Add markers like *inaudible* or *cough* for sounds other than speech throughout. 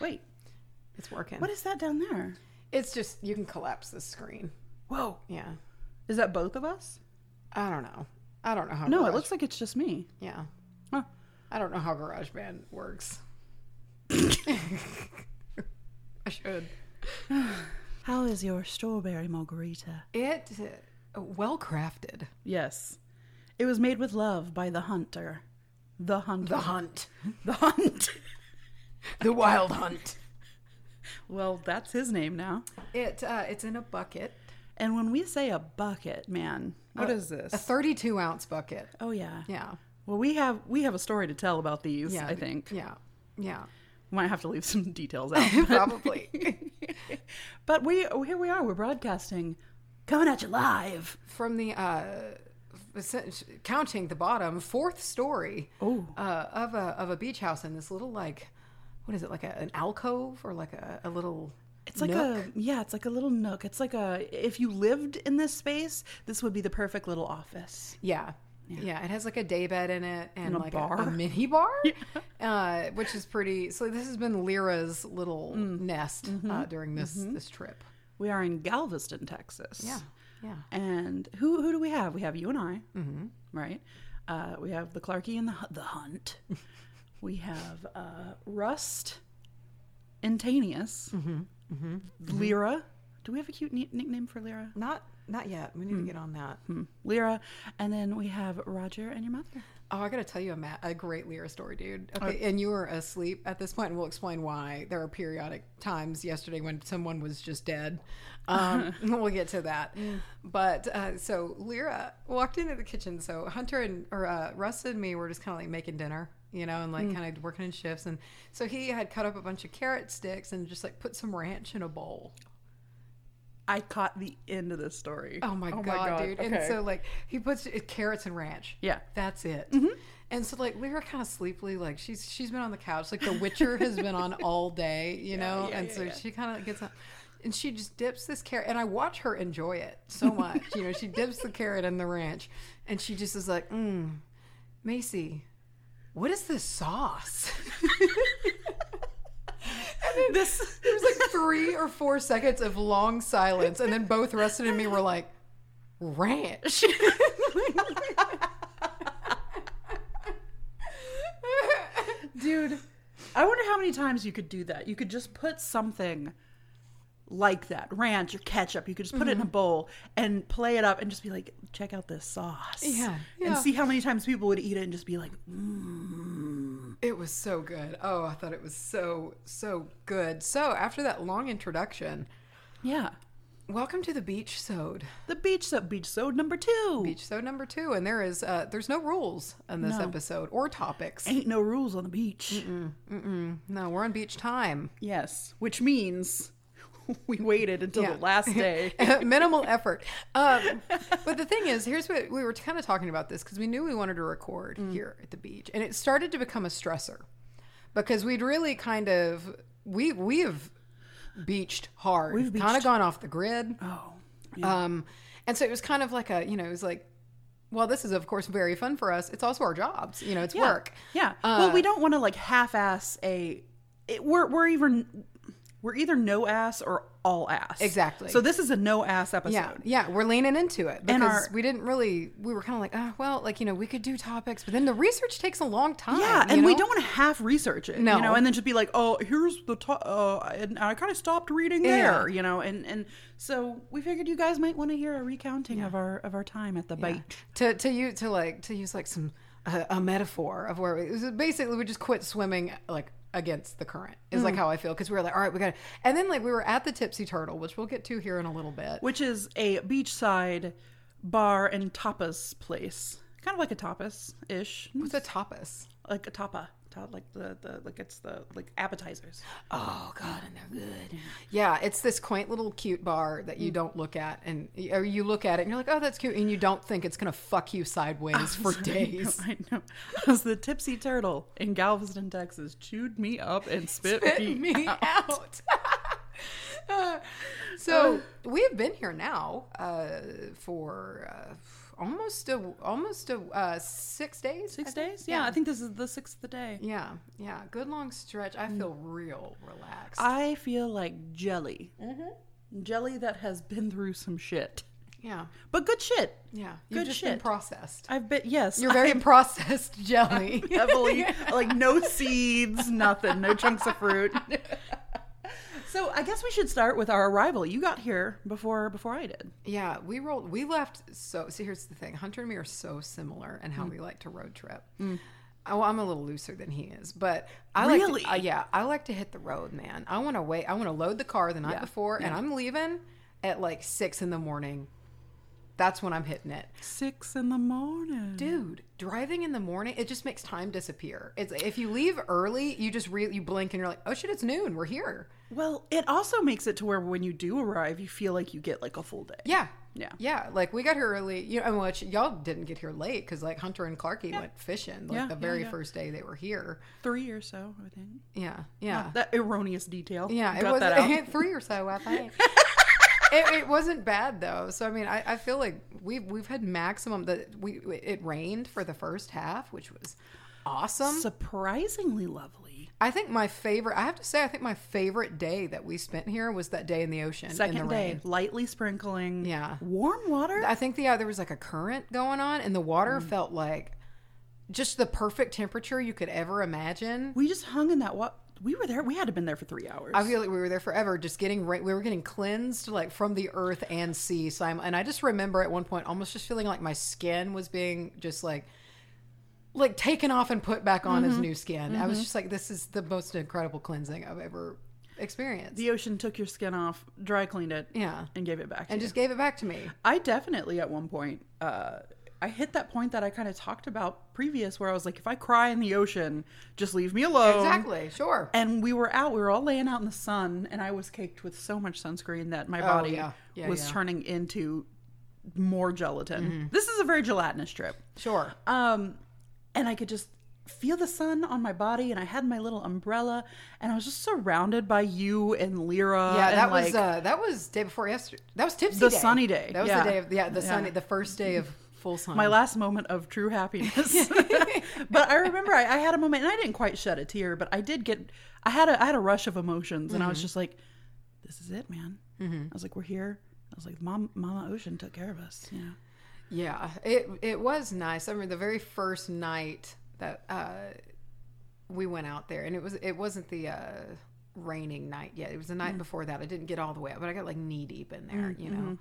Wait, it's working. What is that down there? It's just you can collapse the screen. Whoa. Yeah, Is that both of us? I don't know. I don't know how. No, it Garage- looks like it's just me. Yeah, Huh. I don't know how GarageBand *laughs* works. I should. How is your strawberry margarita? It uh, well crafted. Yes. It was made with love by the hunter. The hunter. The hunt. The hunt. *laughs* The wild hunt. well, that's his name now. It uh, it's in a bucket. And when we say a bucket, man, what Uh, is A this? 32 ounce bucket. Oh yeah. Yeah. Well, we have we have a story to tell about these. Yeah. I think Yeah. *laughs* Yeah. we might have to leave some details out. *laughs* Probably. but we here we are. We're broadcasting, coming at you live. From the uh, essen- counting the bottom fourth story Oh. uh, of a of a beach house in this little like what is it like a, an alcove or like a, a little It's like nook? a yeah. It's like a little nook. It's like a if you lived in this space, this would be the perfect little office. Yeah. Yeah. it has like a day bed in it And and, a like a- bar. A, mini bar, *laughs* uh, which is pretty. So this has been Lyra's little nest uh, during this this trip. We are in Galveston, Texas. Yeah, yeah. And who who do we have? We have you and I, mm-hmm. right? Uh, we have the Clarky and the Hu- the *laughs* Hunt. we have uh, Rust, Intanius, Mm-hmm. Lyra. Do we have a cute ni- nickname for Lyra? Mm-hmm. Not not yet. We need to get on that. Lyra, and then we have Roger and your mother. Oh, I gotta tell you a, ma- a great Lyra story, dude. Okay, and you were asleep at this point, and we'll explain why. There are periodic times yesterday when someone was just dead. *laughs* Um, we'll get to that. But uh, so Lyra walked into the kitchen. So Hunter and or uh, Russ and me were just kind of like making dinner, you know, and like kind of working in shifts. And so he had cut up a bunch of carrot sticks and just like put some ranch in a bowl. I caught the end of this story. Oh my, god, dude! And so like he puts it, carrots and ranch. Yeah. that's it. Mm-hmm. And so like Lyra kind of sleepily like she's she's been on the couch like The Witcher has been on all day, you know, yeah, and yeah, so yeah. she kind of gets up. And she just dips this carrot, and I watch her enjoy it so *laughs* much. you know, she dips the carrot in the ranch, and she just is like, mm, "Macy, what is this sauce?" *laughs* this It was like three or four seconds of long silence, and then both Rustin and me were like, ranch. *laughs* *laughs* *laughs* dude, I wonder how many times you could do that. You could just put something like that, ranch or ketchup. You could just put it in a bowl and play it up, and just be like, check out this sauce. Yeah, and yeah. see how many times people would eat it, and just be like, It was so good. Oh, I thought it was so, so good. So, after that long introduction, yeah, welcome to the beach sode. the beach soap, beach soda number two. Beach sode number two. And there is, uh, there's no rules in this No. episode or topics. Ain't no rules on the beach. No, we're on beach time. Yes, which means *laughs* we waited until the *laughs* last day. minimal effort um, but the thing is here's what we were kind of talking about this because we knew we wanted to record Mm. here at the beach and it started to become a stressor because we'd really kind of we we have beached hard We've kind of beached. gone off the grid oh, um, and so it was kind of like a you know it was like well this is of course very fun for us it's also our jobs you know it's work Yeah. well, we don't want to like half-ass a. It, we're we're even we're either no ass or all ass. Exactly. So this is a no ass episode. Yeah, yeah, we're leaning into it because And our- we didn't really. We were kind of like, oh, well, like you know, we could do topics, but then the research takes a long time. Yeah, you and we know? don't want to half research it, No. you know, and then just be like, "Oh, here's the to- uh," and I kind of stopped reading Yeah. there, you know, and and so we figured you guys might want to hear a recounting of our of our time at the bite. to to you to like to use like some uh, a metaphor of where we, it was basically we just quit swimming like against the current is Mm. like how I feel because we were like all right we got to and then like we were at the Tipsy Turtle which we'll get to here in a little bit which is a beachside bar and tapas place, kind of like a tapas ish, what's a tapas like a tapa, ta- like the, the like it's the like appetizers. oh god and they're good Mm. yeah it's this quaint little cute bar that you don't look at and or you look at it and you're like oh that's cute and you don't think it's gonna fuck you *laughs* sideways *laughs* for days I know. As the tipsy turtle in Galveston, Texas, chewed me up and spit, spit *laughs* me. me out. *laughs* Oh. Uh, so we have been here now uh, for uh, almost a almost a uh, six days. Six I think? days? Yeah, I think this is the sixth day. Yeah, yeah. Good long stretch. I feel real relaxed. I feel like jelly. Mm-hmm. Jelly that has been through some shit. yeah, But good shit. yeah. You've Good just been shit. processed. I've been, yes. You're *laughs* very processed *laughs* jelly. *laughs* heavily like no seeds nothing no chunks of *laughs* fruit so i guess we should start with our arrival you got here before before i did Yeah, we rolled. We left. So, see, here's the thing: Hunter and me are so similar in Mm. how we like to road trip. Oh, I'm a little looser than he is, but I Really? like. To, uh, yeah, I like to hit the road, man. I want to wait. I want to load the car the night Yeah, before, and I'm leaving at like six in the morning. That's when I'm hitting it, six in the morning dude. Driving in the morning, it just makes time disappear. It's if you leave early, you just re- you blink and you're like, oh shit, it's noon. We're here. well it also makes it to where when you do arrive you feel like you get like a full day Yeah. Yeah. Yeah. Like we got here early, you know, and which y'all didn't get here late because like Hunter and Clarky went fishing like Yeah, the yeah, very yeah. first day they were here. three or so i think Yeah. Yeah. that erroneous detail yeah. It got was that out. three or so, I *laughs* think. it, it wasn't bad though. So I mean, I, I feel like we've we've had maximum that we it rained for the first half, which was awesome. surprisingly lovely I think my favorite. I have to say, I think my favorite day that we spent here was that day in the ocean in second the day rain. lightly sprinkling Yeah. warm water I think the yeah, there was like a current going on, and the water Mm. felt like just the perfect temperature you could ever imagine. we just hung in that what we were there we had to been there for three hours I feel like we were there forever, just getting ra- we were getting cleansed like from the earth and sea. So I'm, and I just remember at one point almost just feeling like my skin was being just like like taken off and put back on Mm-hmm. as new skin. I was just like, this is the most incredible cleansing I've ever experienced. the ocean took your skin off, dry cleaned it, yeah, and gave it back. and to just gave it back to me. you. I definitely at one point, uh, I hit that point that I kind of talked about previous, where I was like, if I cry in the ocean, just leave me alone. Exactly. Sure. Um, And we were out, we were all laying out in the sun, and I was caked with so much sunscreen that my body Oh, yeah. Yeah, was yeah. Mm-hmm. turning into more gelatin. This is a very gelatinous trip. Sure. Um, and I could just feel the sun on my body, and I had my little umbrella, and I was just surrounded by you and Lyra. Yeah, and that was like- uh, that was day before yesterday. That was tipsy. The day. sunny day, That was yeah. the day of yeah the Yeah. sunny the first day of full sun. my last moment of true *laughs* happiness. but I remember I, I had a moment, and I didn't quite shed a tear, but I did get. I had a I had a rush of emotions, and I was just like, "This is it, man." I was like, "We're here." I was like, "Mom, Mama Ocean took care of us." Yeah. yeah, it it was nice. I mean, the very first night that uh, we went out there, and it was it wasn't the uh, raining night yet. It was the Mm. night before that. I didn't get all the way up, but I got like knee deep in there, you know. mm-hmm.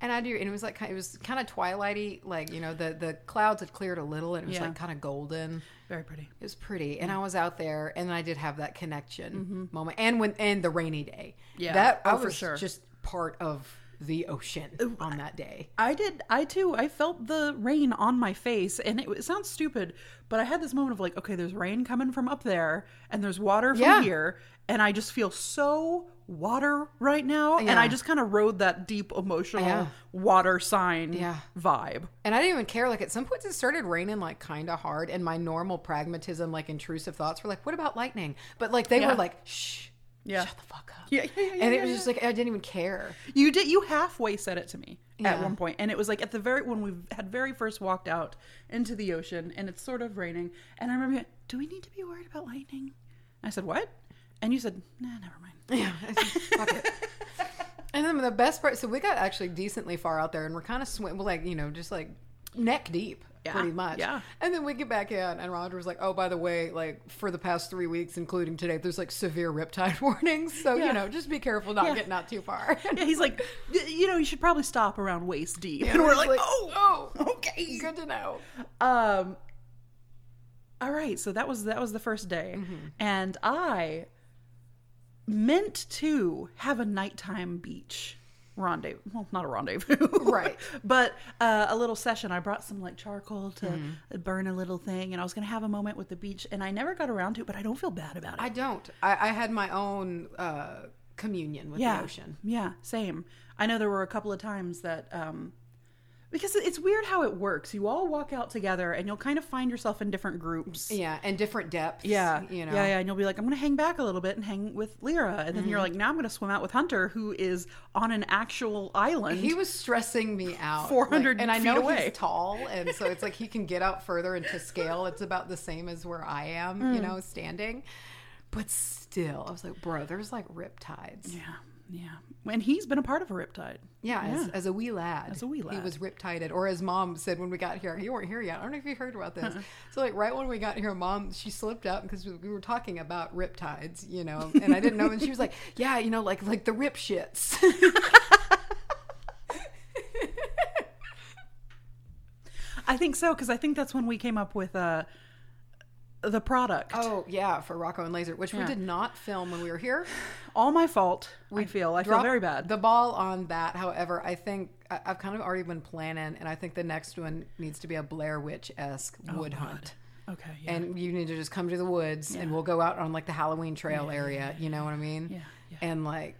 And I do, and it was like it was kind of twilighty, like you know the the clouds had cleared a little, and it was Yeah. like kind of golden. Very pretty. It was pretty, and I was out there, and I did have that connection moment, and when and the rainy day, Mm-hmm. Yeah. that I Oh, was for sure. just part of the ocean on that day. I did. I too. I felt the rain on my face, and it, it sounds stupid, but I had this moment of like, okay, there's rain coming from up there, and there's water from Yeah. here, and I just feel so water right now, and Yeah. I just kind of rode that deep emotional Yeah. water sign Yeah. vibe. And I didn't even care. Like at some points, it started raining like kind of hard, and my normal pragmatism, like intrusive thoughts, were like, "What about lightning?" But like they Yeah. were like, "Shh, Yeah. shut the fuck up." Yeah, yeah, yeah, and yeah, it was yeah. just like I didn't even care. You did. You halfway said it to me at Yeah. one point, and it was like at the very when we had very first walked out into the ocean, and it's sort of raining, and I remember, do we need to be worried about lightning? And I said what? And you said, nah, never mind. Yeah, I just- fuck it. And then the best part, so we got actually decently far out there, and we're kind of swim, well, like you know, just like neck deep, Yeah, pretty much. yeah. And then we get back in, and Roger was like, "Oh, by the way, like for the past three weeks, including today, there's like severe riptide *laughs* warnings, so Yeah. you know, just be careful not Yeah. getting out *laughs* too far." Yeah, he's like, "Y- you know, you should probably stop around waist deep. And and we're we're like, oh, oh, okay. good to know. Um. All right, so that was that was the first day, and I meant to have a nighttime beach rendezvous. Well, not a rendezvous, *laughs* Right. but uh, a little session. I brought some like charcoal to burn a little thing, and I was gonna have a moment with the beach, and I never got around to it. But I don't feel bad about it. I don't. I, I had my own uh, communion with the ocean. Yeah, same. I know there were a couple of times that um because it's weird how it works. You all walk out together and you'll kind of find yourself in different groups. Yeah, and different depths. Yeah. you know. Yeah, yeah. And you'll be like, I'm going to hang back a little bit and hang with Lyra. And then Mm-hmm. you're like, now I'm going to swim out with Hunter, who is on an actual island. He was stressing me out. 400 like, and I feet know away. he's tall, and so it's like he can get up further and to scale. It's about the same as where I am, you Mm. know, standing. But still, I was like, bro, there's like riptides. yeah. Yeah. And he's been a part of a riptide. Yeah, As, as a wee lad. As a wee He lad. was riptided. Or as mom said when we got here, you weren't here yet. I don't know if you heard about Uh-huh. this. So, like, right when we got here, mom, she slipped up because we we were talking about riptides, you *laughs* know, and I didn't know. And she was like, yeah, you know, like like the rip shits. *laughs* I think so, because I think that's when we came up with uh, the product. oh, yeah, for Rocco and Laser, which we did not film when we were here. All my fault. I feel. I feel dropped very bad. The ball on that, however, I think I, I've kind of already been planning, and I think the next one needs to be a Blair Witch esque wood hunt. okay. Oh, Yeah. And you need to just come to the woods, and we'll go out on like the Halloween Trail area. You know what I mean? Yeah, yeah. And like.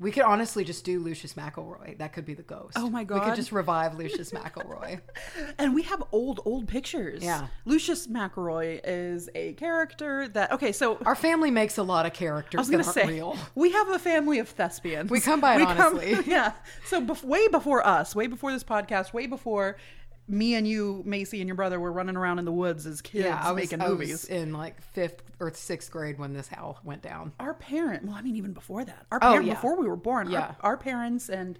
We could honestly just do Lucius McElroy. That could be the ghost. Oh my We God. could just revive *laughs* Lucius McElroy. And we have old, old pictures. Yeah. Lucius McElroy is a character that. Okay, so I Our family makes a lot of characters was going to that say *laughs* aren't real. we have a family of thespians. We come by it honestly. *laughs* yeah. So bef- way before us, way before this podcast, way before me and you, Macy, and your brother were running around in the woods as kids Yeah, I was, making I was movies. in like fifth or sixth grade when this howl went down. our parent well i mean even before that our Oh, parent yeah. before we were born our- Yeah. our, parents and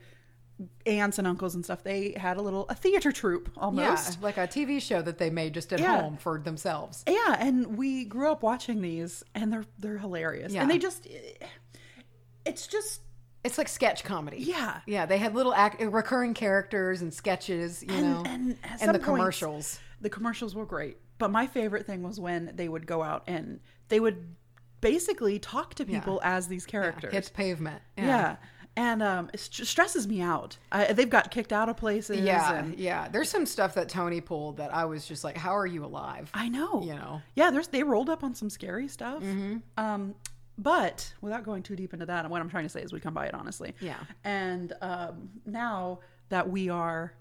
aunts and uncles and stuff they had a little a theater troupe almost Yeah, like a TV show that they made just at Yeah. home for themselves. yeah. and we grew up watching these and they're they're hilarious Yeah. and they just eh, it's just It's like sketch comedy. Yeah. yeah. They had little act- recurring characters and sketches, you know, and at some the points- commercials. the commercials were great but my favorite thing was when they would go out and they would basically talk to people as these characters Hits pavement. yeah, and um it st- stresses me out I, they've got kicked out of places yeah, and yeah. There's some stuff that Tony pulled that I was just like, "How are you alive?" I know. You know. Yeah, there's they rolled up on some scary stuff. Mm-hmm. Um, but without going too deep into that, and what I'm trying to say is we come by it honestly. Yeah. And um, now that we are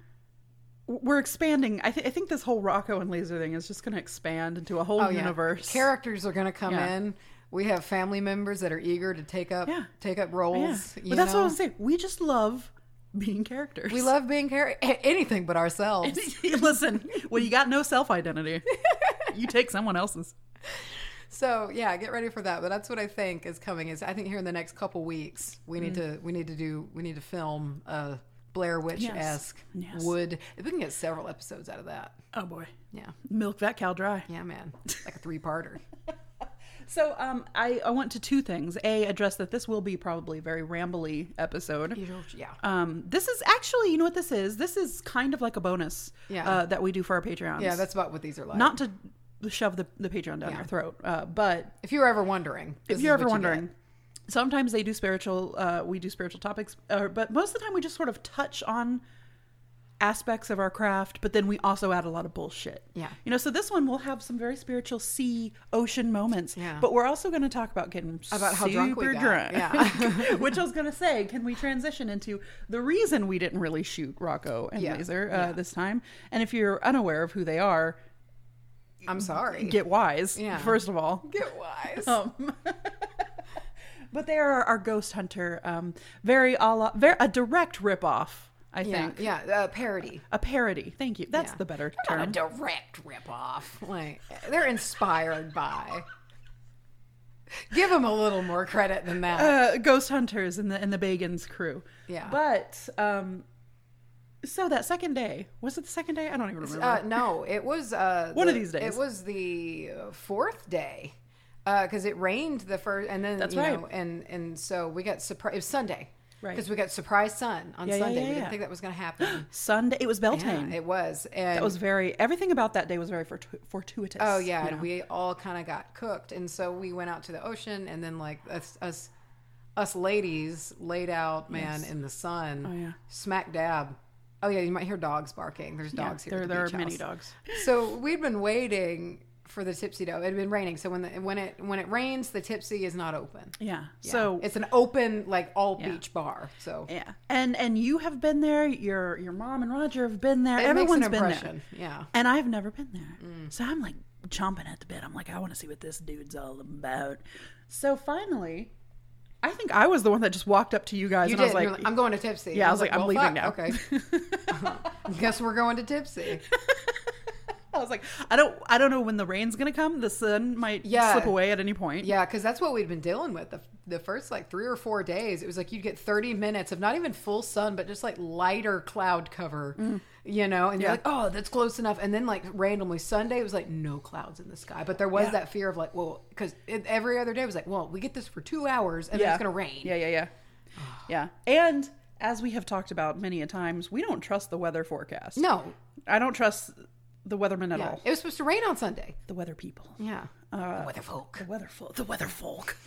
we're expanding. I, th- I think this whole Rocco and Laser thing is just going to expand into a whole Oh, Yeah. universe. Characters are going to come Yeah. in. We have family members that are eager to take up Yeah. Oh, take up Yeah. roles. you But that's know? what I'm saying. We just love being characters. *laughs* we love being char- anything but ourselves. Listen, when you got no self *laughs* identity, you take someone else's. So yeah, get ready for that. But that's what I think is coming. Is I think here in the next couple weeks we need Mm-hmm. to we need to do we need to film a Blair Witch esque Yes. Yes. wood. We can get several episodes out of that. Oh boy, Yeah, milk that cow dry. yeah, man, It's like a three *laughs* parter. So um, I, I want to two things. A, address that this will be probably a very rambly episode. yeah, Um, this is actually, you know what this is? This is kind of like a bonus Yeah. uh, that we do for our Patreons. yeah. That's about what these are like. Um, Not to shove the, the Patreon down Yeah. your throat, uh, but if you're ever wondering. this if is you're what ever you wondering, sometimes they do spiritual, uh, we do spiritual topics, uh, but most of the time we just sort of touch on aspects of our craft, but then we also add a lot of bullshit. Yeah. You know, so this one will have some very spiritual sea ocean moments. Yeah. But we're also going to talk about getting About how super drunk we got. drunk. *laughs* Yeah. Which I was going to say, can we transition into the reason we didn't really shoot Rocco and Yeah. Laser uh, this time? And if you're unaware of who they are, get. I'm sorry. *laughs* Get, get wise, Yeah. first of all. wise. Um, but they are our ghost hunter, um, very a la, very a direct ripoff, I yeah, think. yeah. Uh, parody. A parody. Thank you. That's Yeah. the better Not term. a direct ripoff. Like they're inspired by. Give them a little more credit than that. Uh, ghost hunters and the and the Bagans crew. Yeah. But um, so that second day was it the second day? I don't even remember. Uh, no, it was uh, *laughs* One of the- these days. It was the uh, fourth day because it rained the first, and then That's you right. know, and and so we got surprise. It was Sunday, Right. Because we got surprise sun on Yeah, yeah, Sunday. yeah, we didn't yeah. think that was going to *gasps* happen. Sunday. It was Beltane. yeah, it was, and that was very everything about that day was very fortu- fortuitous. oh yeah, you and know? we all kind of got cooked, and so we went out to the ocean, and then like us us, us ladies laid out, man, in the sun, Oh, yeah. smack dab. Oh yeah, you might hear dogs barking. There's Yeah, dogs here. There, at the there are beach many house. dogs. So we'd been waiting for the tipsy dough. It had been raining, so when the, when it when it rains, the tipsy is not open. Yeah. Yeah. So it's an open like all Oh. Yeah. beach bar. So yeah, and and you have been there. Your your mom and Roger have been there. it Everyone's makes an been there. impression. Yeah. And I've never been there. Mm. So I'm like chomping at the bit. I'm like, I want to see what this dude's all about. So finally, I think I was the one that just walked up to you guys You and did. I was like, You're like, I'm going to Tipsy. Yeah, I was like, I'm leaving now. *laughs* now. Okay. *laughs* Guess we're going to Tipsy. I was like, I don't, I don't know when the rain's gonna come. The sun might Yeah. slip away at any point. Yeah, because that's what we'd been dealing with the, the first like three or four days. It was like you'd get 30 minutes of not even full sun, but just like lighter cloud cover, you know? And you're Mm. Yeah. like, oh, that's close enough. And then like randomly Sunday, it was like no clouds in the sky. But there was Yeah. that fear of like, well, because every other day was like, well, we get this for two hours and then it's going to rain. Yeah, yeah, *sighs* yeah, yeah. And as we have talked about many a times, we don't trust the weather forecast. No. I don't trust the weathermen at Yeah. all. It was supposed to rain on Sunday. The weather people, Yeah. Uh, The weather folk. the weather folk, the weather folk.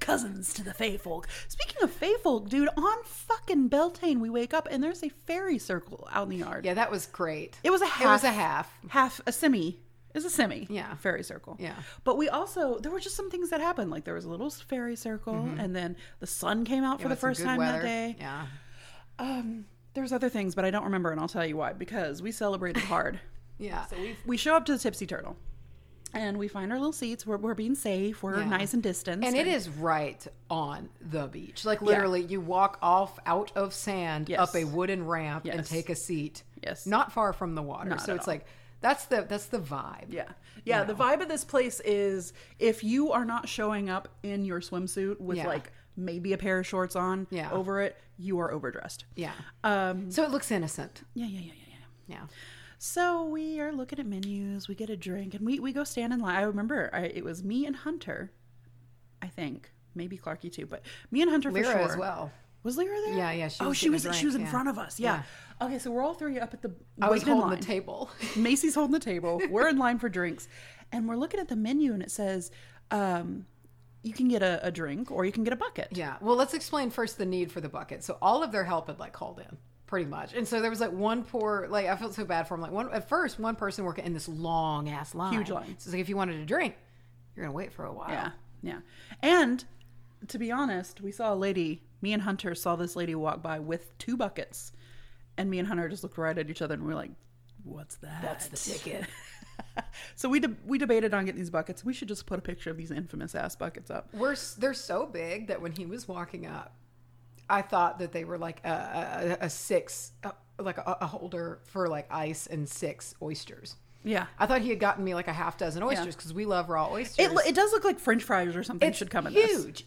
Cousins to the Fey folk. Speaking of Fey folk, dude, on fucking Beltane, we wake up and there's a fairy circle out in the yard. Yeah, that was great. It was a It was half. a half. half a semi is a semi Yeah. fairy circle Yeah. but we also there were just some things that happened like there was a little fairy circle and then the sun came out for the With Mm-hmm. some first good time that weather. day Yeah. um there's other things but i don't remember and i'll tell you why because we celebrated *laughs* hard Yeah. we show up to the tipsy turtle and we find our little seats we're, we're being safe we're Yeah. nice and distanced And it is right on the beach. Like literally, you walk off out of sand Yes. up a wooden ramp and Yes. take a seat. Yes. Not far from the water. Not so at it's all. like that's the that's the vibe. Yeah. Yeah. The vibe of this place is if you are not showing up in your swimsuit with Yeah. like maybe a pair of shorts on Yeah. over it, you are overdressed. Yeah. Um, So it looks innocent. yeah, yeah, yeah, yeah, yeah. Yeah. So we are looking at menus, we get a drink, and we, we go stand in line. I remember I, it was me and Hunter, I think. Maybe Clarky too, but me and Hunter Lyra for sure. as well. Was Lyra there? Yeah, yeah, she oh, was she getting a was she drink, was in yeah. front of us. Yeah. Okay, so we're all three up at the I was waiting in holding line. the table. *laughs* *laughs* Macy's holding the table. We're in line for drinks, and we're looking at the menu, and it says, um, "You can get a, a drink, or you can get a bucket." Yeah. Well, let's explain first the need for the bucket. So all of their help had like called in pretty much. And so there was like one poor, like I felt so bad for him. Like one, at first one person working in this long ass line. Huge line. So it's like, if you wanted a drink, you're going to wait for a while. yeah, yeah. And to be honest, we saw a lady. Me and Hunter saw this lady walk by with two buckets, and me and Hunter just looked right at each other, and we are like, "What's that?" That's the ticket. so we de- we debated on getting these buckets. We should just put a picture of these infamous ass buckets up. *laughs* We're s- they're so big that when he was walking up, I thought that they were like a, a, a six, uh like a, a holder for like ice and six oysters. Yeah. I thought he had gotten me like a half dozen oysters because we love raw oysters. It, lo- it does look like French fries or something should come in huge.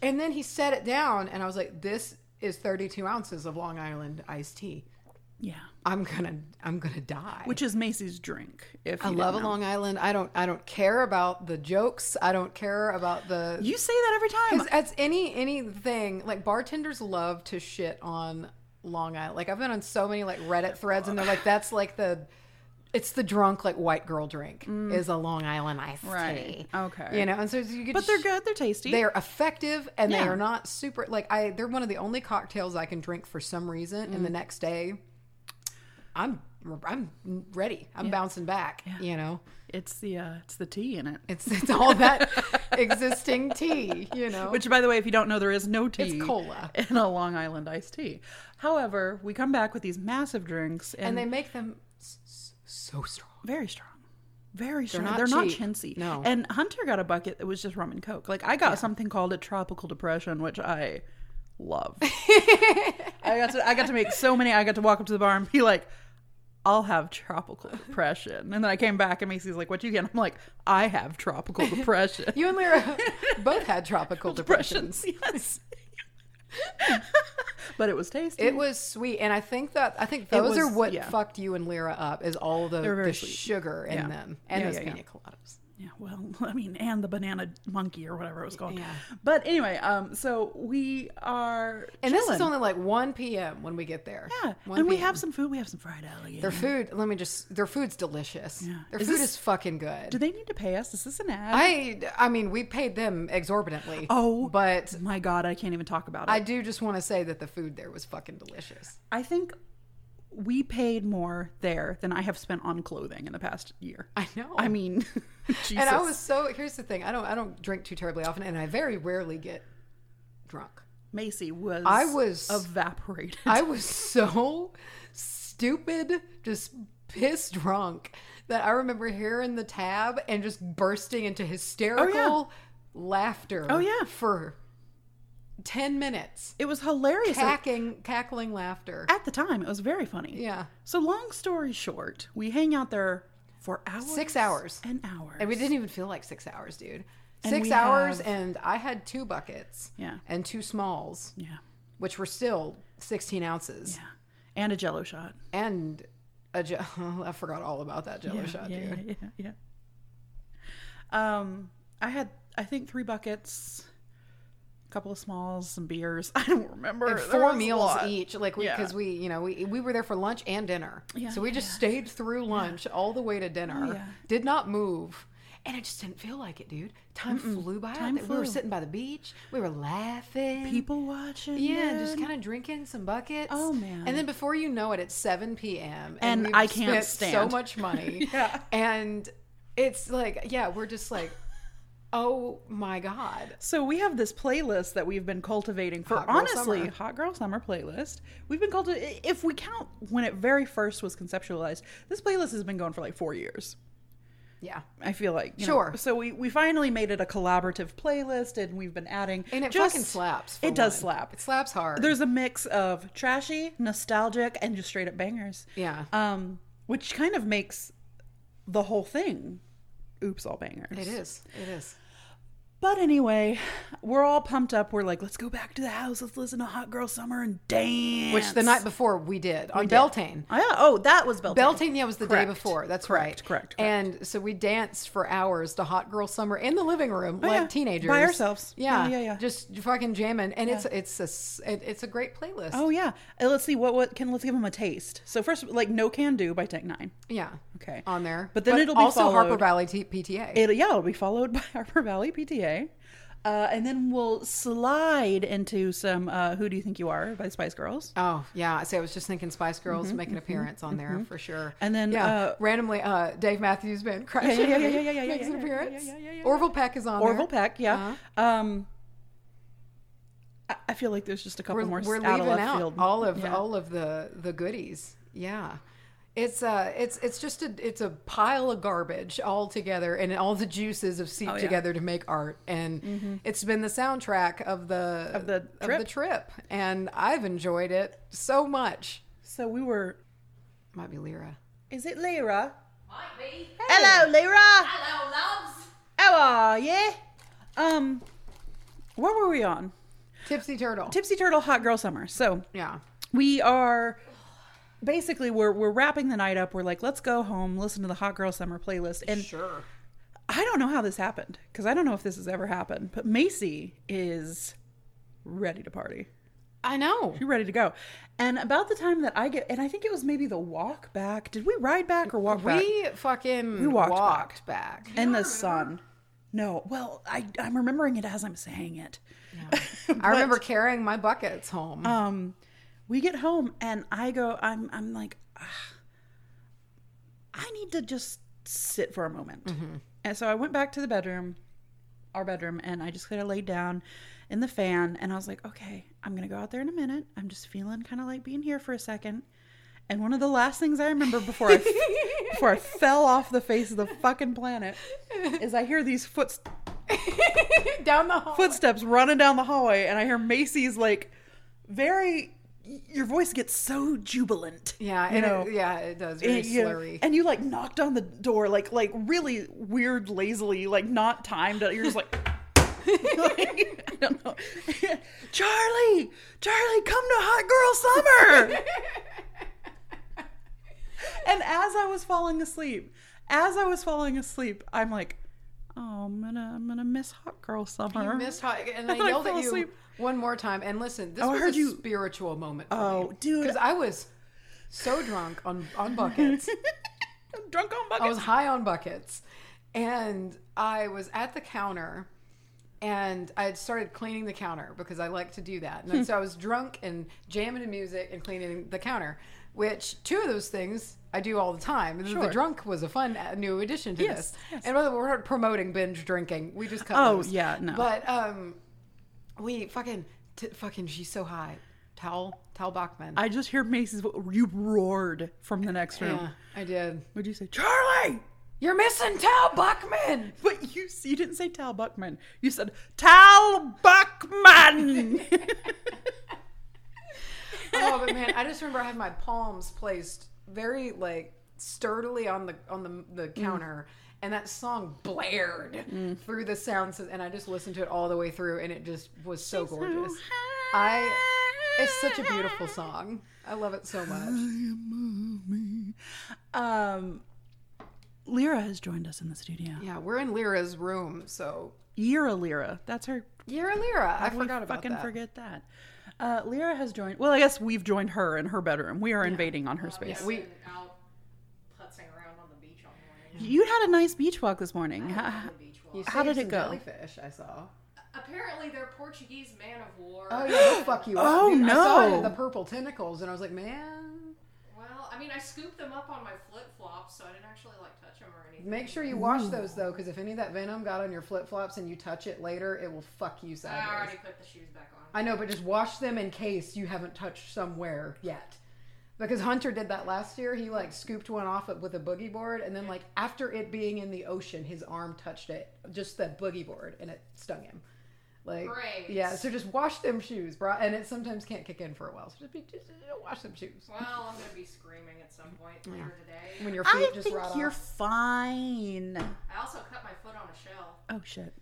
this. And then he set it down, and I was like, "This is 32 ounces of Long Island iced tea. Yeah, I'm gonna, I'm gonna die." which is Macy's drink. If I you love didn't a know. Long Island. I don't, I don't care about the jokes. I don't care about the You say that every time. Because that's any anything like bartenders love to shit on Long Island. Like I've been on so many like Reddit threads, and they're like, "That's like the, it's the drunk like white girl drink is a Long Island iced Mm. Right. tea." Okay. you know, and so you could, but they're good. They're tasty. They are effective, and they Yeah. are not super. Like I, they're one of the only cocktails I can drink for some reason, Mm. and the next day, I'm I'm ready. I'm bouncing back. You know. it's the uh, it's the tea in it. It's, it's *laughs* all that existing tea, you know. Which, by the way, if you don't know, there is no tea. cola. in a Long Island iced tea. However, we come back with these massive drinks and, and they make them s- s- so strong. very strong. Very strong. not They're not, cheap. chintzy. No. And Hunter got a bucket that was just rum and coke. Like I got something called a tropical depression, which I *laughs* love. I got to I got to make so many. I got to walk up to the bar and be like, "I'll have tropical depression." And then I came back and Macy's like, "What you get?" I'm like, "I have *laughs* tropical depression." You and Lyra *laughs* both had tropical depressions. *laughs* Depressions, yes. *laughs* but it was tasty. It was sweet, and I think that I think It those are was- what yeah. fuckk you and Lyra up is all the, They were very the sweet. sugar in Yeah. them and Yeah, those yeah, yeah. pina coladas. Yeah, well, I mean, and the banana monkey or whatever it was called. Yeah. But anyway, um, so we are And this is chilling. only like one p.m. when we get there. yeah, 1 and we p.m.. have some food. We have some fried alligator. their food. Let me just their food's delicious. Yeah. Their Is food this- is fucking good. Do they need to pay us? Is this an ad? I I mean we paid them exorbitantly. Oh. but My God, I can't even talk about it. I I, do just want to say that the food there was fucking delicious. think we paid more there than I have spent on clothing in the past year. I know. I mean, *laughs* Jesus. and I was so. Here's the thing. I don't. I don't drink too terribly often, and I very rarely get drunk. Macy was I was- evaporated. I was so stupid, just piss drunk that I remember hearing the tab and just bursting into hysterical laughter. Oh, yeah. for ten minutes, it was hilarious at, cackling, cackling laughter. at the time. It was very funny. Yeah, So long story short, we hang out there for hours, Six hours. and hours. and we didn't even feel like six hours, dude. And Six we hours, have- and I had two buckets. Yeah. and two smalls, yeah, which were still sixteen ounces, yeah, and a Jello shot. and a je- *laughs* I forgot all about that jello yeah, shot, yeah, dude. Yeah, yeah, yeah. Um, I had I think three buckets, a couple of smalls, some beers. *laughs* I don't remember. And There four was a meals lot. each like we Yeah. because we you know we we were there for lunch and dinner Yeah, so we yeah, just stayed through lunch all the way to dinner Oh, yeah. did not move and it just didn't feel like it dude time flew by Time we were flew. sitting by the beach we were laughing People watching. yeah, just dude. kind of drinking some buckets. Oh, man. And then before you know it, it's seven p.m. And we've I can't spent stand. *laughs* so much money. Yeah. and it's like, yeah, we're just like, oh my god, So we have this playlist that we've been cultivating for Hot Girl honestly Summer. hot girl summer playlist. We've been cultivating if we count when it very first was conceptualized. This playlist has been going for like four years. yeah. I feel like you know. Sure. So we we finally made it a collaborative playlist, and we've been adding And it just- fucking slaps. for It does one. slap. It slaps hard. There's a mix of trashy, nostalgic, and just straight up bangers. yeah. Um, which kind of makes the whole thing oops all bangers. It is. It is. But anyway, we're all pumped up. We're like, let's go back to the house. Let's listen to Hot Girl Summer and dance. Which the night before we did on did. Beltane. Oh, yeah. Oh, that was Beltane. Beltane, yeah, was the Correct. day before. That's Correct, right. correct, correct. And so we danced for hours to Hot Girl Summer in the living room, like Oh, yeah. teenagers, By ourselves. Yeah, Yeah, yeah, yeah. Just fucking jamming, and it's it's a s- it, it's a great playlist. Oh yeah. Uh, Let's see what what can let's give them a taste. So first, like No Can Do by Tech Nine. yeah, Okay. on there. But then it'll be also Harper followed- Valley T- PTA. It'll, yeah, it'll be followed *laughs* by Harper Valley PTA. Uh, and then we'll slide into some uh, Who Do You Think You Are by Spice Girls. Oh yeah, see, I was just thinking Spice Girls make an appearance on there for sure, Mm-hmm, And then, yeah, uh, randomly, uh, Dave Matthews Band, Crash yeah, yeah, Landing yeah, yeah, yeah, yeah, makes yeah, an yeah, yeah, appearance. yeah, yeah, yeah. Orville Peck is on Orville there. Uh-huh. Peck, yeah. Um, I, I feel like there's just a couple more we're, we're out of leaving left out field. all of Yeah. all of the the goodies yeah it's uh it's it's just a it's a pile of garbage all together and all the juices have seeped yeah. together to make art and it's been the soundtrack Mm-hmm. of the Of the the trip. trip and i've enjoyed it so much So we were. might be lyra Is it Lyra? Might be. Hello, Lyra. Hello, loves. How are you? Um, where were we on? tipsy turtle Tipsy Turtle, Hot Girl Summer. So yeah we are basically we're we're wrapping the night up. We're like, let's go home, listen to the Hot Girl Summer playlist, and sure I don't know how this happened because I don't know if this has ever happened, but Macy is ready to party. i know She's ready to go. And about the time that I get, and I think it was maybe the walk back. Did we ride back or walk back? we fucking walked walked, back. back, And the sun. No, well, I, I'm remembering it as I'm saying it. *laughs* i remember carrying my buckets home Um, we get home and I go, I'm, I'm like, "Ah, I need to just sit for a moment. And so I went back to the bedroom, our bedroom, and I just kind of laid down in the fan. And I was like, okay, I'm going to go out there in a minute. I'm just feeling kind of like being here for a second. And one of the last things I remember before I, before I fell off the face of the fucking planet is I hear these footsteps *laughs* down the hall footsteps running down the hallway, and I hear Macy's like very. Your voice gets so jubilant. yeah you and know. it, yeah it does very And, you know, slurry and you like knocked on the door, like like really weird, lazily, like not timed. You're just like, *laughs* like, I don't know, Charlie, Charlie, come to Hot Girl Summer. and as I was falling asleep, as I was falling asleep, I'm like, oh, I'm gonna I'm gonna miss Hot Girl Summer. You missed how, *laughs* and Uh-huh. I And I yelled fell at you asleep. one more time. And listen, this Oh, I was heard a you- spiritual moment. Oh, dude. because I was so drunk on on *laughs* buckets. drunk on I buckets. was high on buckets, and I was at the counter, and I had started cleaning the Hmm. counter because I like to do that. And so I was drunk and jamming to music and cleaning the counter. which two of those things I do all the time. The- The Sure. drunk was a fun uh, new addition to Yes, this. yes. And by the way, we're not promoting binge drinking. We just cut Oh, loose. yeah, no. But um, we fucking, t- fucking, she's so high. Tal, Tal Bachman. I just hear Macy's. vo- You roared from the next room. yeah, I did. Would you say Charlie? You're missing Tal Bachman. But you you didn't say Tal Buckman. You said Tal *laughs* Buckman. oh, but man, I just remember I had my palms placed very like sturdily on the on the the counter, and that song blared through the sound, sys- and I just listened to it all the way through, and it just was so gorgeous. I, it's such a beautiful song. I love it so *sighs* much. um, Lyra has joined us in the studio. Yeah, we're in Lyra's room, so Yira Lyra. That's her. Yira Lyra. I we forgot about fucking that. forget that. Uh, Lyra has joined. Well, I guess we've joined her in her bedroom. We are invading on her space. We- out putzing around on the beach all morning. You had a nice beach walk this morning. Ha- On the beach walk. You How saved did it some go? Jellyfish, I saw. Apparently, they're Portuguese man of war. Oh yeah, they'll fuck you up. Oh, dude. I saw it in no. the purple tentacles, and I was like, man. Well, I mean, I scooped them up on my flip flops, so I didn't actually like touch them or anything. Make sure you wash those though, because if any of that venom got on your flip flops and you touch it later, it will fuck you I sideways. already put the shoes back on. I know, but just wash them in case you haven't touched somewhere yet. Because Hunter did that last year. He like scooped one off with a boogie board, and then like after it being in the ocean, his arm touched it, just the boogie board, and it stung him. Like, Great. yeah. So just wash them shoes, bro. And it sometimes can't kick in for a while. So just, be, just, just wash them shoes Well, I'm gonna be screaming at some point later today. when your feet I just think rot you're off. fine. I also cut my foot on a shell. Oh shit.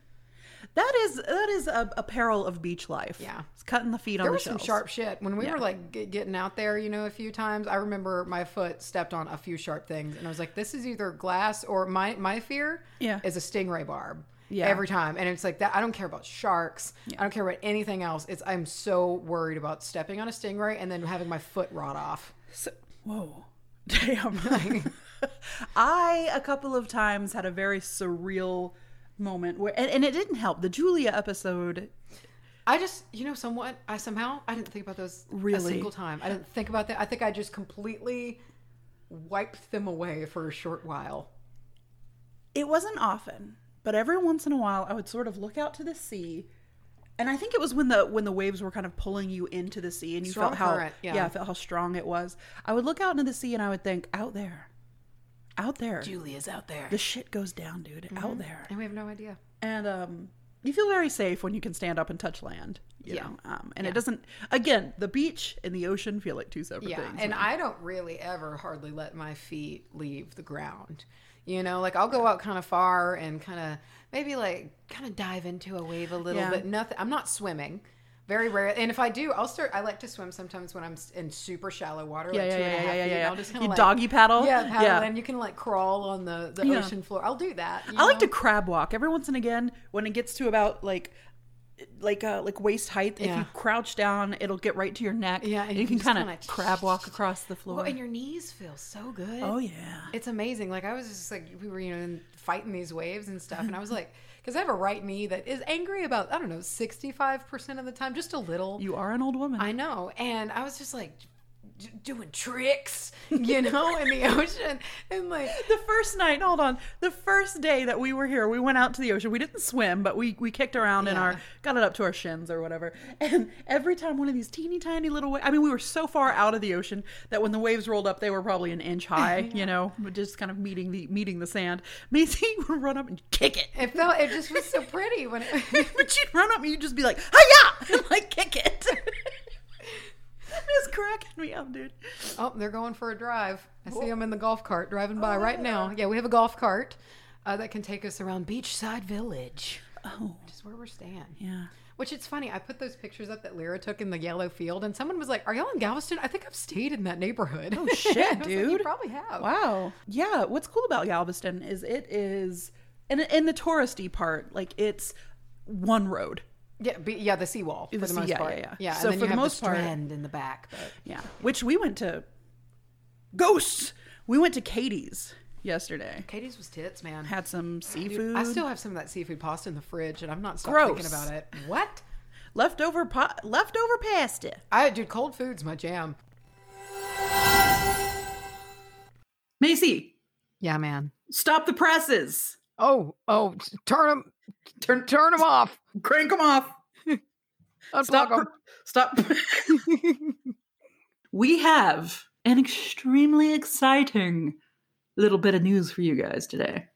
That is that is a, a peril of beach life. Yeah. it's cutting the feet on There the was some shells. sharp shit when we Yeah. were like g- getting out there, you know, a few times. I remember my foot stepped on a few sharp things, and I was like, "This is either glass or my my fear Yeah. is a stingray barb." Yeah. every time, and it's like that. I don't care about sharks. I don't care about anything else. It's I'm so worried about stepping on a stingray and then having my foot rot off. So, whoa, *laughs* damn. I a couple of times had a very surreal moment where, and, and it didn't help. The Julia episode, I just, you know, somewhat. I somehow I didn't think about those a Really? single time. I didn't think about that. I think I just completely wiped them away for a short while. it wasn't often, but every once in a while, I would sort of look out to the sea. And I think it was when the when the waves were kind of pulling you into the sea, and you Strong felt how current, yeah. I felt how strong it was. I would look out into the sea, and I would think, out there, out there, Julia's out there, Mm-hmm. the shit goes down, dude, out there. and we have no idea. and um you feel very safe when you can stand up and touch land you Yeah. know um, and it doesn't again the beach and the ocean feel like two separate Yeah, things and I don't really ever hardly let my feet leave the ground. You know, like I'll go out kind of far and kind of maybe like kind of dive into a wave a little Yeah. bit. Nothing. I'm not swimming. Very rare. And if I do, I'll start. I like to swim sometimes when I'm s- in super shallow water, yeah like yeah two yeah and a half yeah yeah, feet. yeah, I'll just yeah. kind of you like, doggy paddle Yeah, paddle, and you can like crawl on the, the Yeah. ocean floor. I'll do that. you i like to know? crab walk every once and again when it gets to about like like uh like waist height if Yeah. you crouch down it'll get right to your neck Yeah, and you can just kind of kinda- crab walk across the floor Well, and your knees feel so good. oh yeah It's amazing. Like I was just like we were, you know, in- fighting these waves and stuff, and I was like, *laughs* because I have a right knee that is angry about I don't know sixty five percent of the time, just a little. you are an old woman I know, and I was just like d- doing tricks, *laughs* you know, in the ocean, and like the first night hold on the first day that we were here we went out to the ocean we didn't swim but we we kicked around in Yeah. our got it up to our shins or whatever and every time one of these teeny tiny little waves i mean we were so far out of the ocean that when the waves rolled up they were probably an inch *laughs* high you know just kind of meeting the meeting the sand *laughs* macy would run up and kick it *laughs* *laughs* it felt it just was so pretty when it, *laughs* but she'd run up and you'd just be like hiya *laughs* and like kick it it's cracking me up dude Oh, they're going for a drive. I see them in the golf cart driving by Oh. right now. Yeah, we have a golf cart uh, that can take us around Beachside Village, oh which is where we're staying. yeah Which it's funny. I put those pictures up that Lyra took in the yellow field, and someone was like, "Are y'all in Galveston? I think I've stayed in that *laughs* neighborhood." Oh *laughs* shit, you dude. probably have. Wow. Yeah. What's cool about Galveston is it is, and in the touristy part, like it's one road. Yeah, be, yeah, the seawall The for the, sea- most yeah, part. yeah, yeah. and So then for you the have most part- strand in the back. But Yeah. Which we went to. Ghosts. We went to Katie's yesterday. Katie's was tits, man. Had some seafood. Dude, I still have some of that seafood pasta in the fridge, and I'm not stopped thinking Gross. about it. What? leftover po- leftover pasta. I dude, cold food's my jam. Macy, Yeah, man. stop the presses. Oh, oh, t- turn them, Turn, turn them off. crank them off. Unplug Stop. 'em. pr- Stop. *laughs* we have an extremely exciting little bit of news for you guys today.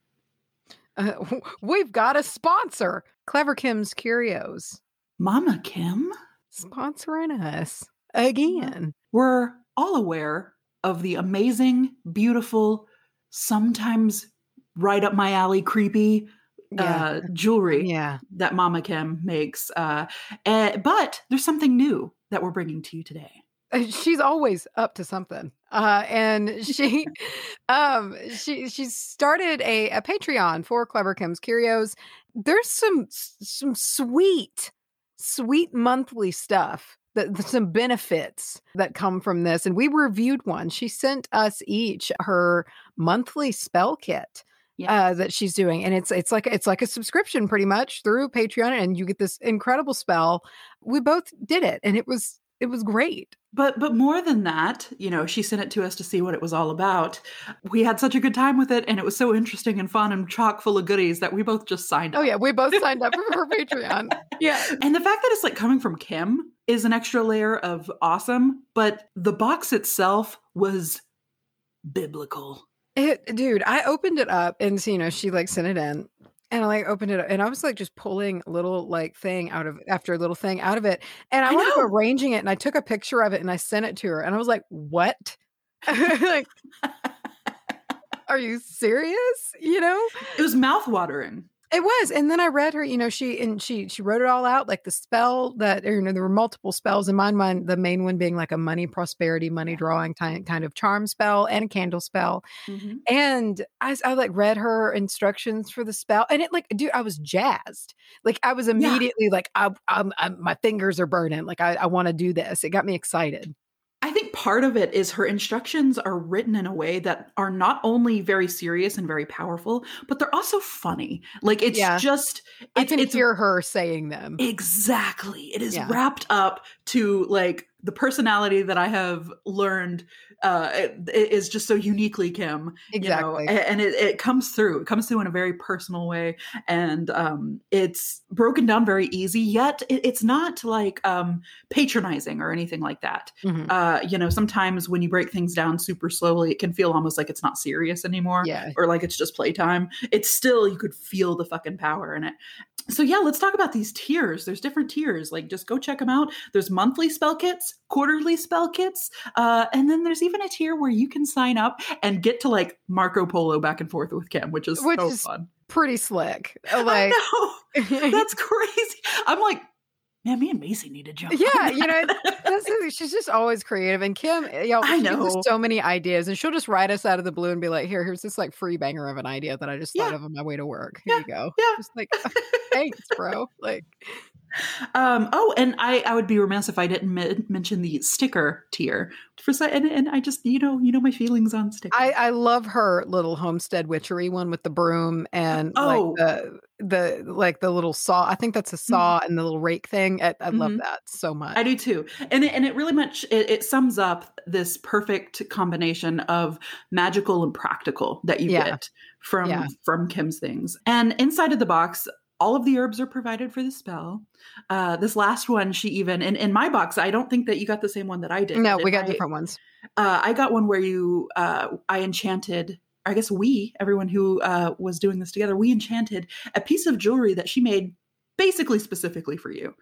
Uh, w- we've got a sponsor, Clever Kim's Curios, Mama Kim, sponsoring us again. we're all aware of the amazing, beautiful, sometimes right up my alley, creepy Yeah, uh, jewelry yeah. that Mama Kim makes. Uh, eh, but there's something new that we're bringing to you today. Uh, She's always up to something. Uh, and she, um, she she started a, a Patreon for Clever Kim's Curios. There's some s- some sweet, sweet monthly stuff. That, that some benefits that come from this, and we reviewed one. She sent us each her monthly spell kit Yeah. uh, that she's doing, and it's it's like it's like a subscription pretty much through Patreon, and you get this incredible spell. We both did it, and it was it was great. But but more than that, you know, she sent it to us to see what it was all about. We had such a good time with it, and it was so interesting and fun and chock full of goodies that we both just signed Oh up. yeah, we both signed up for, for *laughs* Patreon. Yeah, And the fact that it's like coming from Kim is an extra layer of awesome, but the box itself was biblical. it, dude. I opened it up, and so, you know, she like sent it in, and I like opened it up, and I was like just pulling little like thing out of after little thing out of it, and I, I wound up know. arranging it, and I took a picture of it, and I sent it to her, and I was like, "What? *laughs* like, *laughs* are you serious? You know?" It was mouthwatering. It was, and then I read her. You know, she and she she wrote it all out, like the spell that or, you know there were multiple spells. In mine, one the main one being like a money prosperity, money drawing ti- kind of charm spell and a candle spell. And I, s- I like read her instructions for the spell, and it like, dude, I was jazzed. Like I was immediately like, I, I'm, I'm my fingers are burning. Like I, I want to do this. It got me excited. I think part of it is her instructions are written in a way that are not only very serious and very powerful, but they're also funny. Like it's Yeah. just it's, I can it's hear her saying them. Exactly. It is Yeah. wrapped up to like the personality that I have learned uh, it- it is just so uniquely Kim. you know, exactly. a- and it, it comes through. It comes through in a very personal way. And um, it's broken down very easy, yet it, it's not like um, patronizing or anything like that. Mhm. Uh, you know, sometimes when you break things down super slowly, it can feel almost like it's not serious anymore Yeah. or like it's just playtime. It's still you could feel the fucking power in it. So yeah, let's talk about these tiers. There's different tiers. Like just go check them out. There's monthly spell kits, quarterly spell kits, uh, and then there's even a tier where you can sign up and get to like Marco Polo back and forth with Kim, which is Which so is fun. Pretty slick. *laughs* Like, *laughs* I know that's crazy. I'm like, man, me and Macy need to jump. on Yeah, *laughs* you know, that." That's the thing, she's just always creative, and Kim, you know, I she gives us know. so many ideas, and she'll just write us out of the blue and be like, "Here, here's this like free banger of an idea that I just thought Yeah. of on my way to work. Here Yeah, you go." yeah. just *laughs* like, *laughs* thanks, bro. Like, Um, oh, and I, I would be remiss if I didn't men- mention the sticker tier for si- and, and I just you know you know my feelings on stickers. I I love her little homestead witchery one with the broom and Oh. like the the like the little saw. I think that's a saw and the little rake thing. I, I love Mhm. that so much. I do too, and it, and it really much it, it sums up this perfect combination of magical and practical that you Yeah. get from Yeah. from Kim's things. And inside of the box, all of the herbs are provided for the spell. Uh, this last one, she even in, in my box, I don't think that you got the same one that I did. no, but we in got my- different ones. uh, I got one where you, uh, I enchanted, I guess we, everyone who uh, was doing this together, we enchanted a piece of jewelry that she made basically specifically for you.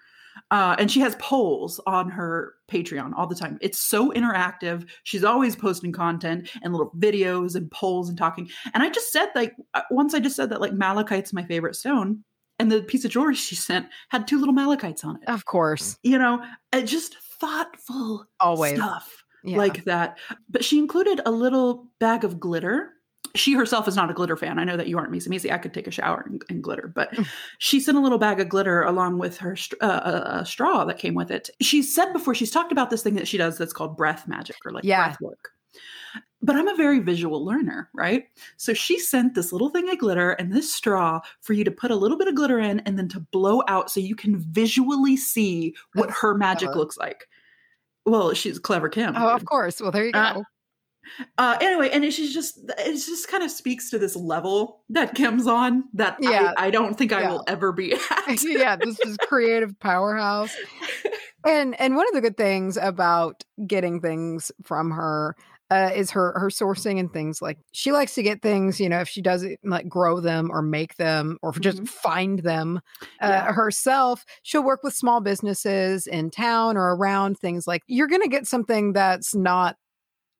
Uh, and she has polls on her Patreon all the time. It's so interactive. She's always posting content and little videos and polls and talking. And I just said, like, uh, once I just said that, like, malachite's my favorite stone. And the piece of jewelry *laughs* she sent had two little malachites on it. Of course, You know, it just thoughtful always. stuff Yeah. like that. But she included a little bag of glitter. She herself is not a glitter fan. I know that you aren't, Missy Missy. I could take a shower in, in glitter, but Mm. she sent a little bag of glitter along with her str- uh, uh, a straw that came with it. She said before she's talked about this thing that she does that's called breath magic or like Yeah. breath work. But I'm a very visual learner, right? So she sent this little thing of glitter and this straw for you to put a little bit of glitter in and then to blow out so you can visually see what That's her magic clever. looks like. Well, she's clever Kim. oh, dude. of course. Well, there you go. Uh, Uh, anyway, and she's just it just kind of speaks to this level that Kim's on that I- Yeah. I, don't think I Yeah. will ever be *laughs* at. yeah, this is creative powerhouse. And and one of the good things about getting things from her uh, is her her sourcing and things like she likes to get things. You know, if she doesn't like grow them or make them or just Mhm. find them uh, Yeah. herself, she'll work with small businesses in town or around things like you're going to get something that's not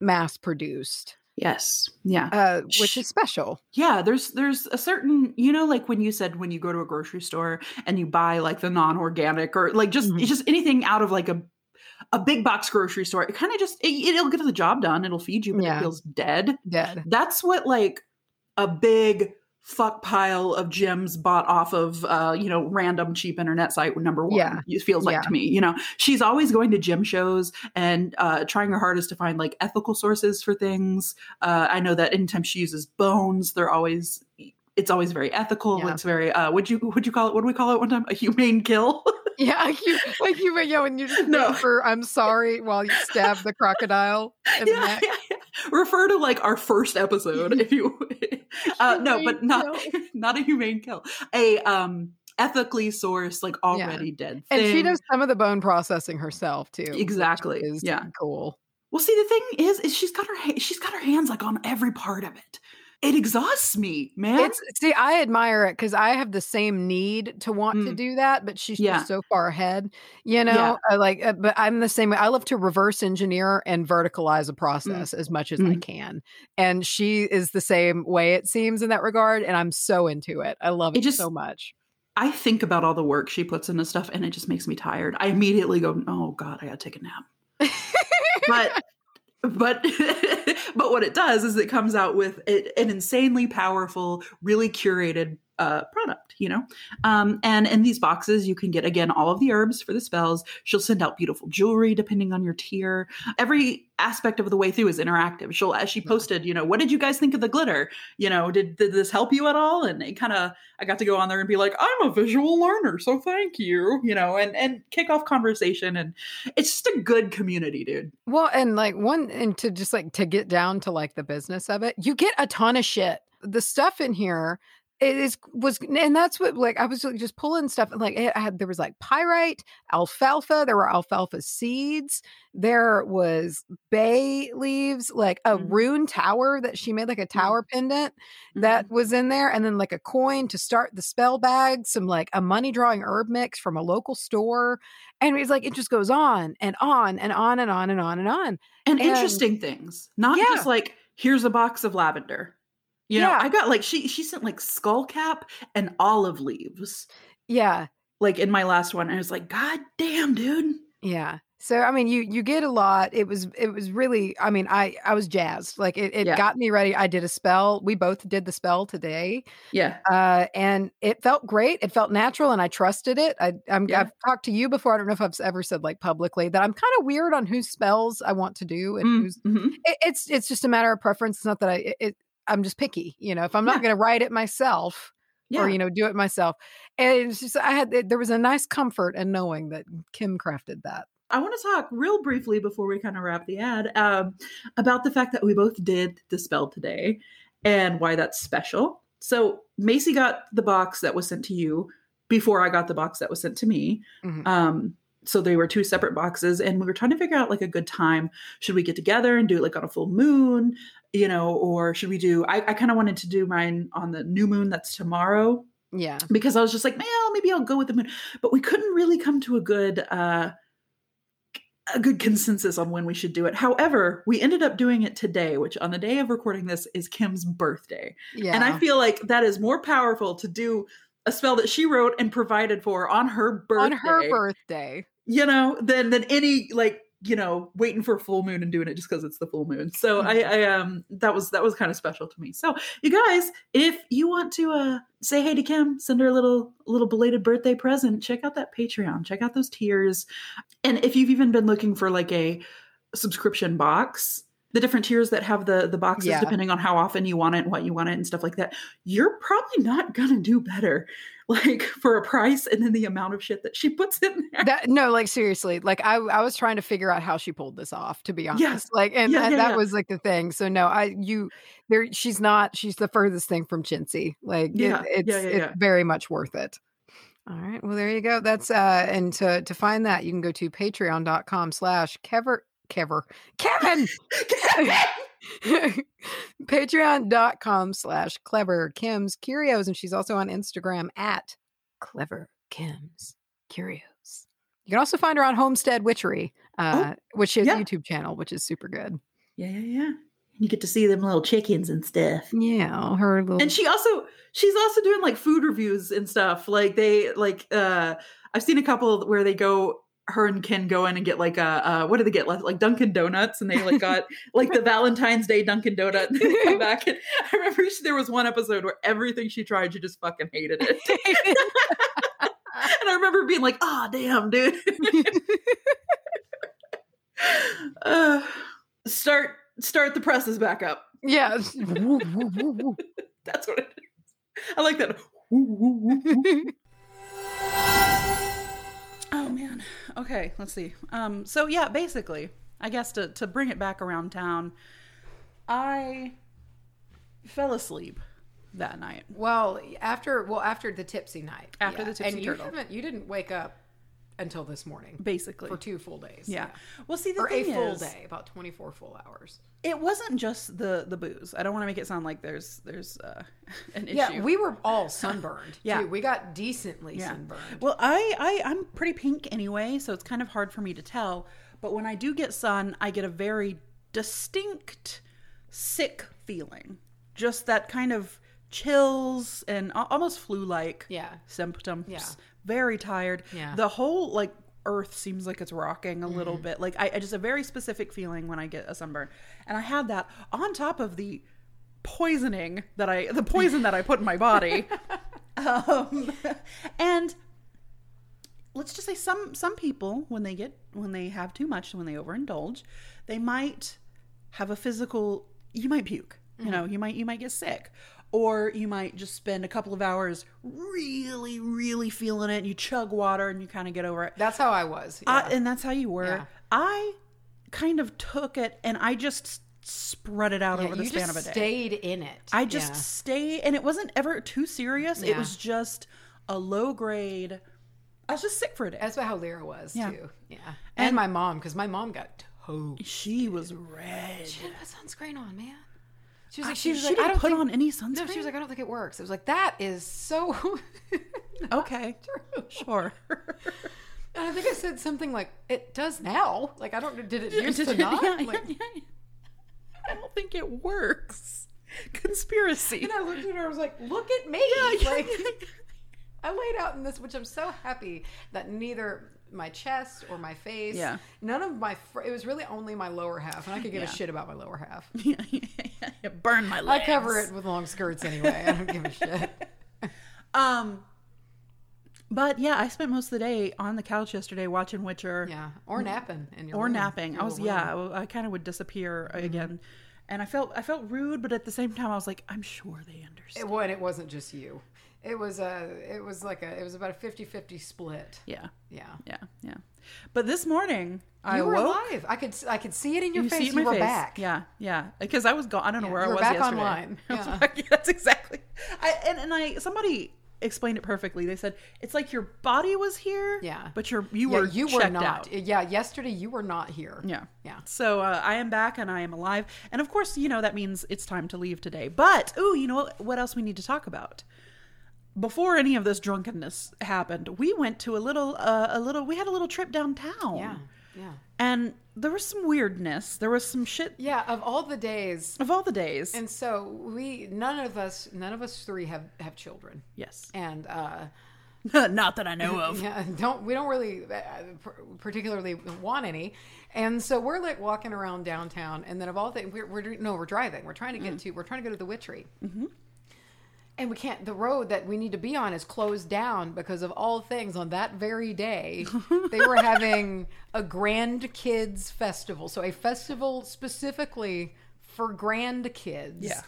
mass produced, Yes. Yeah. uh, which Sh- is special. Yeah, there's there's a certain you know like when you said when you go to a grocery store and you buy like the non-organic or like just Mhm. just anything out of like a a big box grocery store. It kind of just it, it'll get the job done. It'll feed you, but Yeah. it feels dead. Dead. That's what like a big fuck pile of gems bought off of uh you know random cheap internet site number one Yeah. it feels like Yeah. to me you know she's always going to gym shows and uh trying her hardest to find like ethical sources for things uh i know that anytime she uses bones they're always it's always very ethical Yeah. it's very uh would you would you call it what do we call it one time a humane kill *laughs* *laughs* Yeah, like you, like you, yeah, when you just No. no. for I'm sorry while you stab the *laughs* crocodile. In the yeah, neck. yeah, yeah. refer to like our first *laughs* episode if you uh no but Humane not *laughs* not a humane kill a um ethically sourced like already dead And she thing. does some of the bone processing herself too. which exactly Is yeah cool. well see the thing is is she's got her ha- she's got her hands like on every part of it it exhausts me man It's see, I admire it because I have the same need to want to Mm. do that, but she's Yeah. just so far ahead, you Yeah. know. uh, like, uh, but I'm the same way. I love to reverse engineer and verticalize a process as much as I Mm. can, and she is the same way it seems in that regard. And I'm so into it. I love It it, just- so much. i think about all the work she puts into stuff and it just makes me tired i immediately go oh god i gotta take a nap but but *laughs* but what it does is it comes out with it, an insanely powerful really curated uh, product you know um, and in these boxes you can get again all of the herbs for the spells she'll send out beautiful jewelry depending on your tier every aspect of the way through is interactive she'll as she Yeah. posted you know what did you guys think of the glitter you know did, did this help you at all and it kind of i got to go on there and be like i'm a visual learner so thank you you know and and kick off conversation and it's just a good community dude Well, and like one, and to just like to get down to like the business of it, you get a ton of shit. The stuff in here it is was, and that's what like I was like, just pulling stuff. and, Like I had there was like pyrite, alfalfa. There were alfalfa seeds. There was bay leaves, like a Mhm. rune tower that she made, like a tower pendant Mm-hmm. that was in there, and then like a coin to start the spell bag, some like a money drawing herb mix from a local store. And it's like it just goes on and on and on and on and on and on. and, And- interesting things not Yeah. just like here's a box of lavender you know Yeah. i got like she she sent like skull cap and olive leaves Yeah. like in my last one i was like god damn dude Yeah. So I mean you you get a lot. It was it was really I mean I I was jazzed. Like it, it Yeah. got me ready. I did a spell. We both did the spell today. yeah Uh and it felt great. It felt natural and I trusted it. I I'm, Yeah. I've talked to you before. I don't know if I've ever said like publicly that I'm kind of weird on whose spells I want to do and whose Mhm. it, it's it's just a matter of preference. It's not that I it, it- I'm just picky. You know, if I'm not Yeah. going to write it myself yeah or you know do it myself, and it's just I had there was a nice comfort in knowing that Kim crafted that. I want to talk real briefly before we kind of wrap the ad um, about the fact that we both did Dispel today and why that's special. So, Macy got the box that was sent to you before I got the box that was sent to me. Mhm. Um, so, they were two separate boxes, and we were trying to figure out like a good time. Should we get together and do it like on a full moon, you know, or should we do? I, I kind of wanted to do mine on the new moon that's tomorrow Yeah, because I was just like, well, maybe I'll go with the moon. But we couldn't really come to a good uh a good consensus on when we should do it. However, we ended up doing it today, which on the day of recording this is Kim's birthday. yeah, And I feel like that is more powerful to do a spell that she wrote and provided for on her birthday. on her birthday. You know, than than any like you know, waiting for a full moon and doing it just because it's the full moon. So I, I um that was that was kind of special to me. So you guys, if you want to uh say hey to Kim, send her a little a little belated birthday present, check out that Patreon, check out those tiers. And if you've even been looking for like a subscription box, the different tiers that have the the boxes Yeah. depending on how often you want it and what you want it and stuff like that, you're probably not gonna do better *laughs* like for a price and then the amount of shit that she puts in there. That no, like seriously, like I I was trying to figure out how she pulled this off, to be honest. Like, and, Yeah, and yeah, that yeah. was like the thing. So no, I you there. She's not. She's the furthest thing from chintzy. Like, it- Yeah, yeah, it's yeah, it's yeah. very much worth it. All right. Well, there you go. That's uh, and to to find that you can go to patreon.com slash kever kever *laughs* Kevin. *laughs* patreon.com slash clever kim's curios and she's also on instagram at clever kim's curios you can also find her on homestead witchery uh, which she has yeah. a youtube channel which is super good Yeah, yeah, yeah. You get to see them little chickens and stuff. yeah her little And she also she's also doing like food reviews and stuff. Like they like uh I've seen a couple where they go her and Ken go in and get like uh, uh what do they get like, like Dunkin' Donuts and they like got like the Valentine's Day Dunkin' Donut and they come back and *laughs* I remember she, there was one episode where everything she tried she just fucking hated it *laughs* and I remember being like ah damn dude *laughs* uh, start start the presses back up *laughs* yeah Woo, woo, woo, woo. That's what it is. I like that. *laughs* Woo, woo, woo, woo. oh man. Okay, let's see. Um so yeah, basically, I guess to to bring it back around town, I fell asleep that night. well after well after the tipsy night After the Tipsy and you Turtle. haven't you didn't wake up until this morning Basically. for two full days yeah. Well, see the or a thing full is, day about 24 full hours it wasn't just the the booze. I don't want to make it sound like there's there's uh, *laughs* an issue. Yeah, we were all sunburned. Yeah. yeah, we got decently Yeah. sunburned. Well, I, I I'm pretty pink anyway, so it's kind of hard for me to tell. But when I do get sun, I get a very distinct sick feeling, just that kind of chills and al- almost flu-like Yeah. symptoms. Yeah. Very tired. Yeah. Mm-hmm. The whole like earth seems like it's rocking a little bit. Like I, I just a very specific feeling when I get a sunburn, and I had that on top of the poisoning that I the poison that I put in my *laughs* body. um, *laughs* and let's just say some some people when they get when they have too much when they overindulge, they might have a physical you might puke. You Mm-hmm. know, you might you might get sick. Or you might just spend a couple of hours really, really feeling it and you chug water and you kind of get over it. That's how I was. I, yeah. and that's how you were. Yeah. I kind of took it and I just spread it out Yeah, over the you span just of a day. stayed in it. I just Yeah. stay, and it wasn't ever too serious. It Yeah. was just a low grade. I was just sick for a day. That's what how Lyra was Yeah. too. Yeah, and, And- my mom because my mom got toasted. She was red. She had sunscreen on, man. She was I- like, She, she, was she like, I didn't don't put think, on any sunscreen. No, she was like, I don't think it works. It was like that is so. *laughs* okay, sure. And I think I said something like, "It does now." Like I don't. Did *laughs* it used to Did- not? yeah, yeah, Like, yeah. I don't think it works. *laughs* Conspiracy. *laughs* And I looked at her. I was like, "Look at me!" like, *laughs* I laid out in this, which I'm so happy that neither my chest or my face, Yeah. none of my, fr- it was really only my lower half, and I could give Yeah. a shit about my lower half. *laughs* Yeah, yeah, yeah, yeah. Burn my I legs. cover it with long skirts anyway. I don't give a shit. Um, but yeah, I spent most of the day on the couch yesterday watching Witcher. Yeah, or napping in your or room. napping. I Your was room. yeah, I, I kind of would disappear Mm-hmm. again, and I felt I felt rude, but at the same time I was like, I'm sure they understand. It, well, and it wasn't just you. It was a, it was like a, it was about a 50-50 split. yeah, Yeah. yeah, yeah. But this morning I you were woke. alive. I could, s- I could see it in your You face. see it in you my were face. back. Yeah, yeah. Because I was gone. I don't know Yeah, where I you were was back yesterday. online. *laughs* I was Yeah. back- that's exactly. I and, and I somebody explained it perfectly. They said it's like your body was here. Yeah. But your you Yeah, were you were checked not. out. Yeah, yesterday you were not here. Yeah. Yeah. So uh, I am back and I am alive. And of course, you know, that means it's time to leave today. But, ooh, you know what else we need to talk about? Before any of this drunkenness happened, we went to a little, uh, a little, we had a little trip downtown. Yeah. Yeah. And there was some weirdness. There was some shit Yeah. Of all the days, of all the days. And so we, none of us, none of us three have have children, yes. *laughs* and uh, Not that I know *laughs* of. yeah, don't we don't really uh, par- particularly want any. And so we're like walking around downtown, and then of all things, we're, we're no, we're driving. We're trying to Mm. get to, we're trying to go to the Witchery. Mm-hmm. And we can't. The road that we need to be on is closed down because of all things. On that very *laughs* day, they were having a grand kids festival, so a festival specifically for grand kids. Yeah.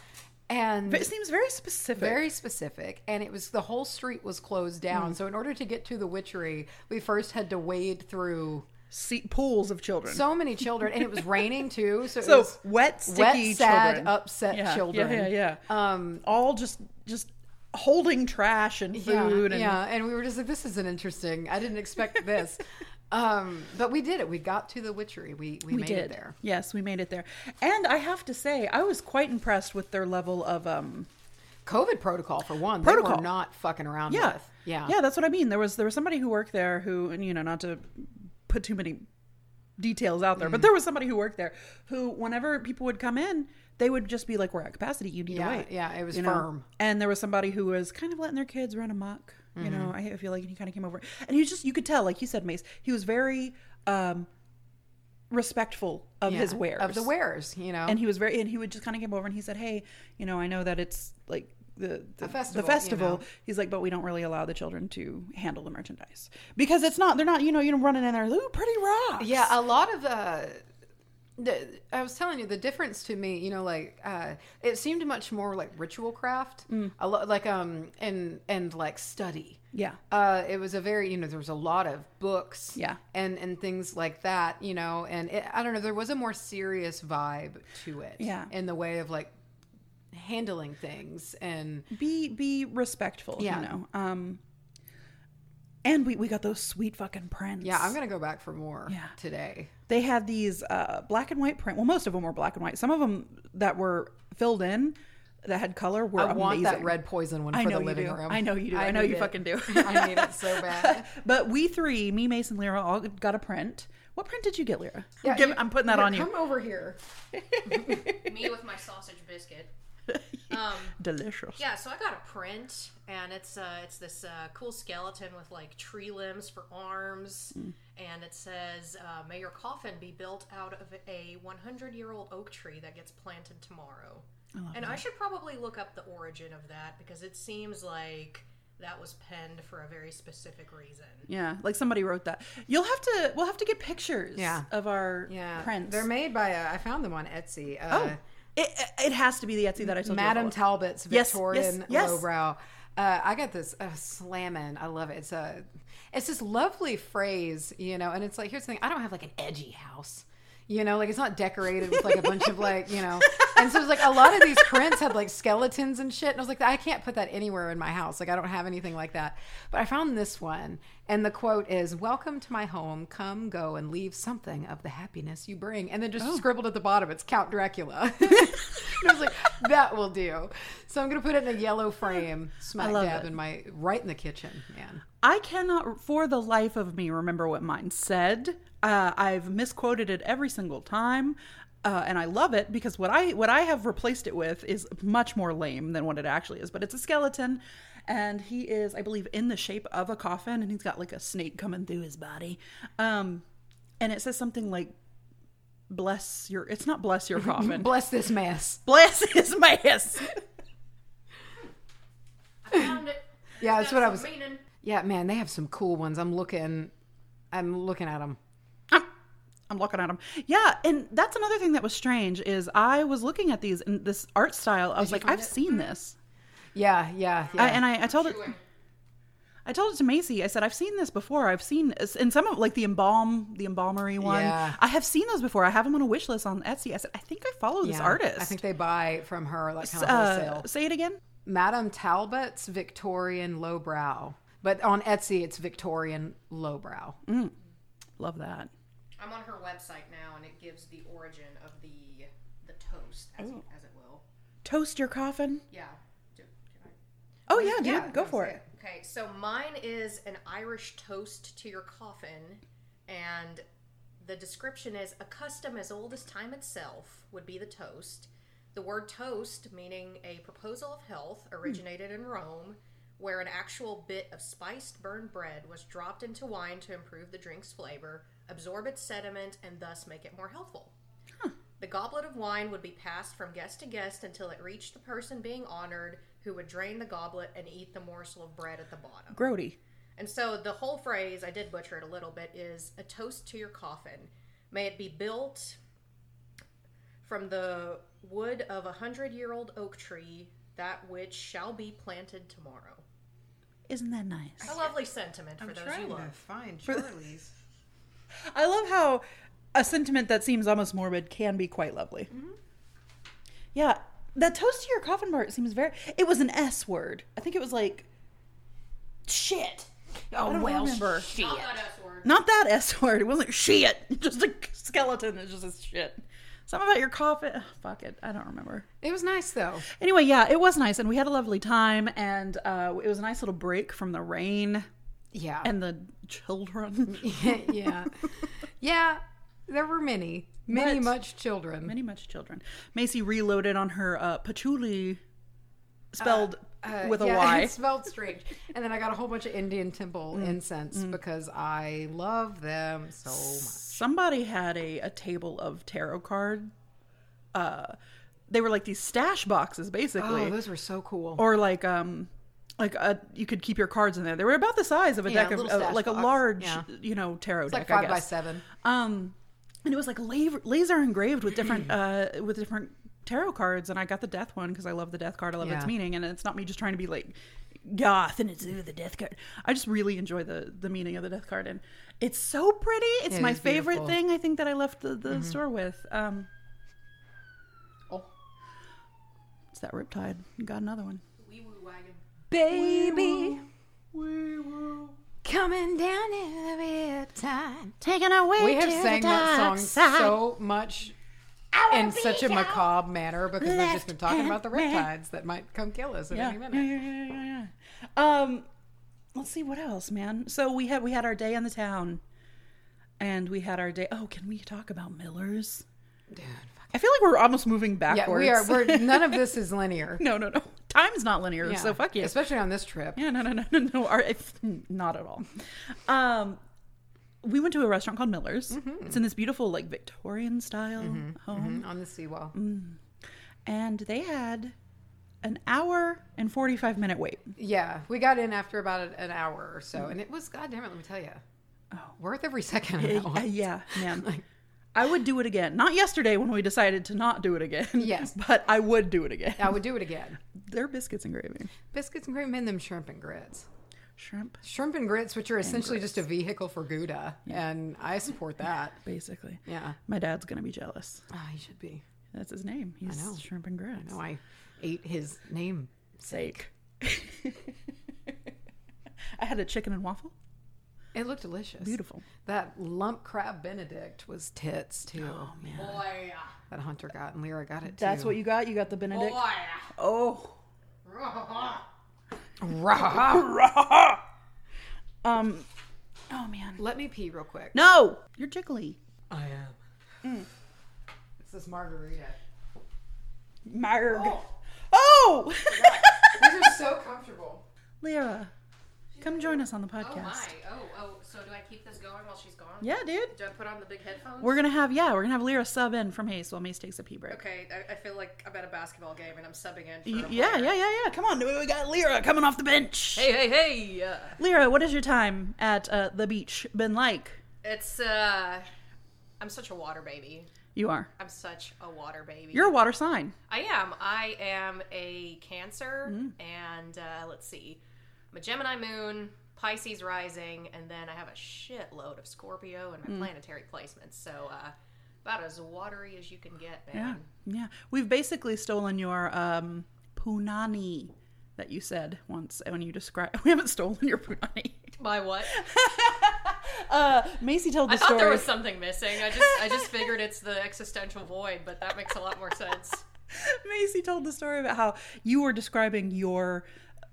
and But it seems very specific. very specific and it was the whole street was closed Mm-hmm. down so in order to get to the witchery we first had to wade through Se- pools of children. so many children and it was raining too so, it So, was wet, sticky wet sad children. upset yeah, children Yeah, yeah, yeah. Um, all just just holding trash and food yeah, and yeah, and we were just like, this isn't interesting. I didn't *laughs* expect this. um, but we did it. We got to the witchery. We we, made it there. Yes, we made it there. And I have to say, I was quite impressed with their level of um COVID protocol for one. They Protocol. were not fucking around yeah. with. Yeah. Yeah, that's what I mean. There was there was somebody who worked there who and you know, not to put too many details out there, Mm. but there was somebody who worked there who whenever people would come in, they would just be like, We're at capacity, you need Yeah, to wait. yeah, it was you know? firm. And there was somebody who was kind of letting their kids run amok. You know, Mm-hmm. I feel like and he kind of came over and he was just you could tell, like you said, Mace, he was very um respectful of Yeah. his wares. Of the wares, you know. and he was very and he would just kind of came over and he said hey you know i know that it's like the the, festival, the you festival know. he's like but we don't really allow the children to handle the merchandise because it's not they're not you know you know running in there ooh pretty rocks Yeah, a lot of uh, the. I was telling you the difference to me. You know, like uh, it seemed much more like ritual craft, Mm. a lot like um and and like study. yeah Uh, it was a very you know there was a lot of books Yeah. and and things like that you know and it, I don't know there was a more serious vibe to it Yeah. in the way of like handling things and be be respectful Yeah. you know um and we, we got those sweet fucking prints. yeah I'm gonna go back for more Yeah. today they had these uh, black and white print. Well, most of them were black and white. Some of them that were filled in that had color were I want that amazing. red poison one for I know the living you do. room I know you do. I, know need you it. fucking do. *laughs* I need it so bad *laughs* but we three, me, Mason, Lyra, all got a print. What print did you get, Lyra? Yeah, Give- you- I'm putting that yeah, on you. Come over here. Me with my sausage biscuit. Um, Delicious. yeah, so I got a print, and it's uh, it's this uh, cool skeleton with like tree limbs for arms, Hmm. and it says, uh, "May your coffin be built out of a 100-year-old oak tree that gets planted tomorrow." and I should probably look up the origin of that because it seems like that was penned for a very specific reason. Yeah, like somebody wrote that. You'll have to. We'll have to get pictures. Yeah. of our Yeah, prints. They're made by. Uh, I found them on Etsy. oh, Uh, it, it has to be the Etsy that I told Madame you. about. Talbot's Yes, yes, Victorian yes. lowbrow. Uh, I got this uh, slamming. I love it. It's a, it's this lovely phrase, you know. And it's like, here's the thing: I don't have like an edgy house, you know. Like it's not decorated with like a bunch of like, you know. And so it's like a lot of these prints had like skeletons and shit. And I was like, I can't put that anywhere in my house. Like I don't have anything like that. But I found this one, and the quote is, "Welcome to my home. Come, go, and leave something of the happiness you bring." And then Oh. just scribbled at the bottom, it's *laughs* Count Dracula. *laughs* And I was like, that will do. So I'm gonna put it in a *laughs* yellow frame, smack love dab it. in my right in the kitchen, man. I cannot, for the life of me, remember what mine said. Uh, I've misquoted it every single time, uh, and I love it because what I what I have replaced it with is much more lame than what it actually is. But it's a skeleton, and he is, I believe, in the shape of a coffin, and he's got like a snake coming through his body, um, and it says something like, "Bless your." It's not bless your coffin. Bless this mess. bless his mass. *coughs* I found it. Yeah, It's that's what got I some was. Meaning. Yeah, man, they have some cool ones. I'm looking, I'm looking at them. I'm, I'm looking at them. Yeah, and that's another thing that was strange is I was looking at these and this art style. I was like, I've seen this, Yeah, yeah, Mm-hmm. yeah. I, and I, I told it. I told it to Macy. I said, I've seen this before. I've seen this. And some of like the embalm, the embalmery one. Yeah. I have seen those before. I have them on a wish list on Etsy. I said, I think I follow this Yeah. artist. I think they buy from her like kind of uh, wholesale. say it again. Madame Talbot's Victorian lowbrow, but on Etsy it's Victorian lowbrow. Love that. I'm on her website now, and it gives the origin of the the toast, as, as it will. Toast your coffin. Yeah. Do- can I- Oh yeah, dude, go that's for it. Okay, so mine is an Irish toast to your coffin, and the description is a custom as old as time itself would be the toast. The word toast, meaning a proposal of health, originated in Rome, where an actual bit of spiced burned bread was dropped into wine to improve the drink's flavor, absorb its sediment, and thus make it more healthful. The goblet of wine would be passed from guest to guest until it reached the person being honored, who would drain the goblet and eat the morsel of bread at the bottom. Grody. And so the whole phrase, I did butcher it a little bit, is a toast to your coffin. May it be built From the wood of a hundred year old oak tree, that which shall be planted tomorrow. Isn't that nice? A lovely sentiment for I'm those trying who to love. find Charlie's. I love how a sentiment that seems almost morbid can be quite lovely. Mm-hmm. Yeah, that toast to your coffin part seems very. It was an S word. I think it was like shit. Oh well, shit. Not that S word. Not that S word. It wasn't shit. *laughs* Just a skeleton that just says shit. Something about your coffin. *sighs* Ugh, fuck it. I don't remember. It was nice though. Anyway, yeah, it was nice, and we had a lovely time, and uh, it was a nice little break from the rain Yeah. and the children. *laughs* *laughs* yeah. Yeah. There were many, many But- much children. Many much children. Macy reloaded on her uh, patchouli, spelled Uh, with a yeah, *laughs* Y. Mm, It smelled strange. And then I got a whole bunch of Indian temple incense because I love them so much. Somebody had a, a table of tarot card. Uh, they were like these stash boxes, basically, Oh, those were so cool. or like um, like a, you could keep your cards in there. They were about the size of a Yeah, deck of little uh, stash like a box. large, Yeah. you know, tarot like deck. I five by guess. seven. Um, and it was like laser, laser engraved with *clears throat* different uh, with different tarot cards, and I got the death one because I love the death card. I love its Yeah. meaning, and it's not me just trying to be like goth and it's ooh, the death card. I just really enjoy the the meaning of the death card, and it's so pretty. It's It my is favorite beautiful. Mm-hmm. thing I think that I left the, the store with. Um, Oh. it's that riptide. Got another one. Wee woo wagon. Baby, coming down in the real time. Taking away. We have sang that song so much in such a macabre manner because we've just been talking about the riptides that might come kill us at yeah. any minute. Yeah, yeah, yeah, yeah, yeah. Um, let's see what else, man. So we had we had our day in the town, and we had our day. Oh, can we talk about Miller's? Dude, fuck. I feel like we're almost moving Yeah, backwards. we are. We're, none of this is linear. *laughs* no, no, no. Time's not linear, Yeah. *laughs* so fuck you. Especially on this trip. Yeah, no, no, no, no, no. Our, if, not at all. Um, we went to a restaurant called Miller's. Mm-hmm. It's in this beautiful, like Victorian style home. Mhm, On the seawall. Mm-hmm. and they had an hour and 45 minute wait. Yeah, we got in after about an hour or so, and it was goddamn it. Let me tell you, Mm-hmm. Oh. worth every *laughs* second of that Uh, one. yeah, *laughs* man. I would do it again. Not yesterday when we decided to not do it again. *laughs* Yes. But I would do it again. I would do it again. They're biscuits and gravy. Biscuits and cream and them shrimp and grits. Shrimp, Shrimp and grits, which are essentially just a vehicle for Gouda, and I support that. basically. Yeah, My dad's going to be jealous. Ah, you should be. That's his name. He's know. Shrimp and Grits. No, I ate his name. Sake. *laughs* I had a chicken and waffle. It looked delicious. Beautiful. That lump crab Benedict was tits too. Oh man, Boy. that Hunter got and Lyra got it too. That's what you got? You got the Benedict? Oh. *laughs* Rah! Um. Oh, man. Let me pee real quick. No! You're jiggly. I am. This is margarita. *laughs* Marg. Oh. Oh! These are so comfortable. *laughs* Lyra, come join us on the Oh podcast. my. Oh, oh. So do I keep this going while she's gone? Yeah, dude. Do I put on the big headphones? We're gonna have yeah, we're gonna have Lyra sub in from Hayes while Mace takes a pee break. Okay, I, I feel like I'm at a basketball game and I'm subbing in. For Y- a Yeah, player. yeah, yeah, yeah. Come on, we got Lyra coming off the bench. Hey, hey, hey! Uh, Lyra, what has your time at uh, the beach been like? It's uh, I'm such a water baby. You are. I'm such a water baby. You're a water sign. I am. I am a Cancer, Hmm. and uh, let's see, I'm a Gemini Moon, Pisces Rising, and then I have a shitload of Scorpio in my Hmm. planetary placements. So uh, about as watery as you can get, Yeah, man. yeah. We've basically stolen your um, punani that you said once when you described. *laughs* We haven't stolen your punani. My what? Uh, Macy told *laughs* the I thought story. there was something missing. I just I just figured it's the existential void, but that makes a lot more sense. Macy told the story about how you were describing your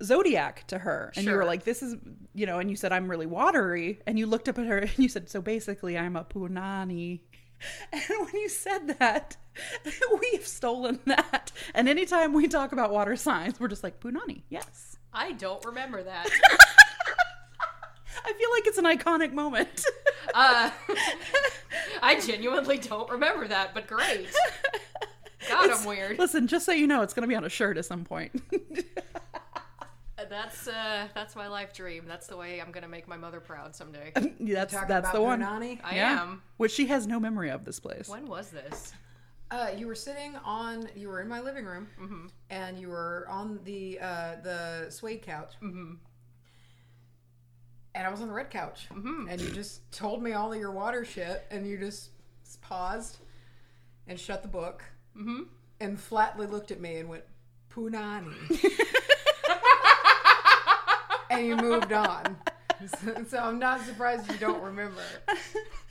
zodiac to her and you were Sure. like this is you know and you said i'm really watery and you looked up at her *laughs* and you said so basically i'm a punani *laughs* and when you said that *laughs* we've stolen that and anytime we talk about water signs we're just like punani yes I don't *laughs* remember that. i feel like it's an iconic moment *laughs* Uh, *laughs* I genuinely don't remember that, but great. God, I'm weird. listen just so you know it's going to be on a shirt at some point *laughs* That's uh, that's my life dream. That's the way I'm gonna make my mother *laughs* proud someday. that's Talking that's about the one Punani? I am. which she has no memory of this place When was this? Uh, you were sitting on. You were in my living room, and you were on the uh, the suede couch. Mm-hmm. And I was on the red couch, mm-hmm. and you just told me all of your water shit, and you just paused and shut the book, mm-hmm. and flatly looked at me and went, *laughs* "Punani," and you moved on. *laughs* So, so I'm not surprised you don't remember.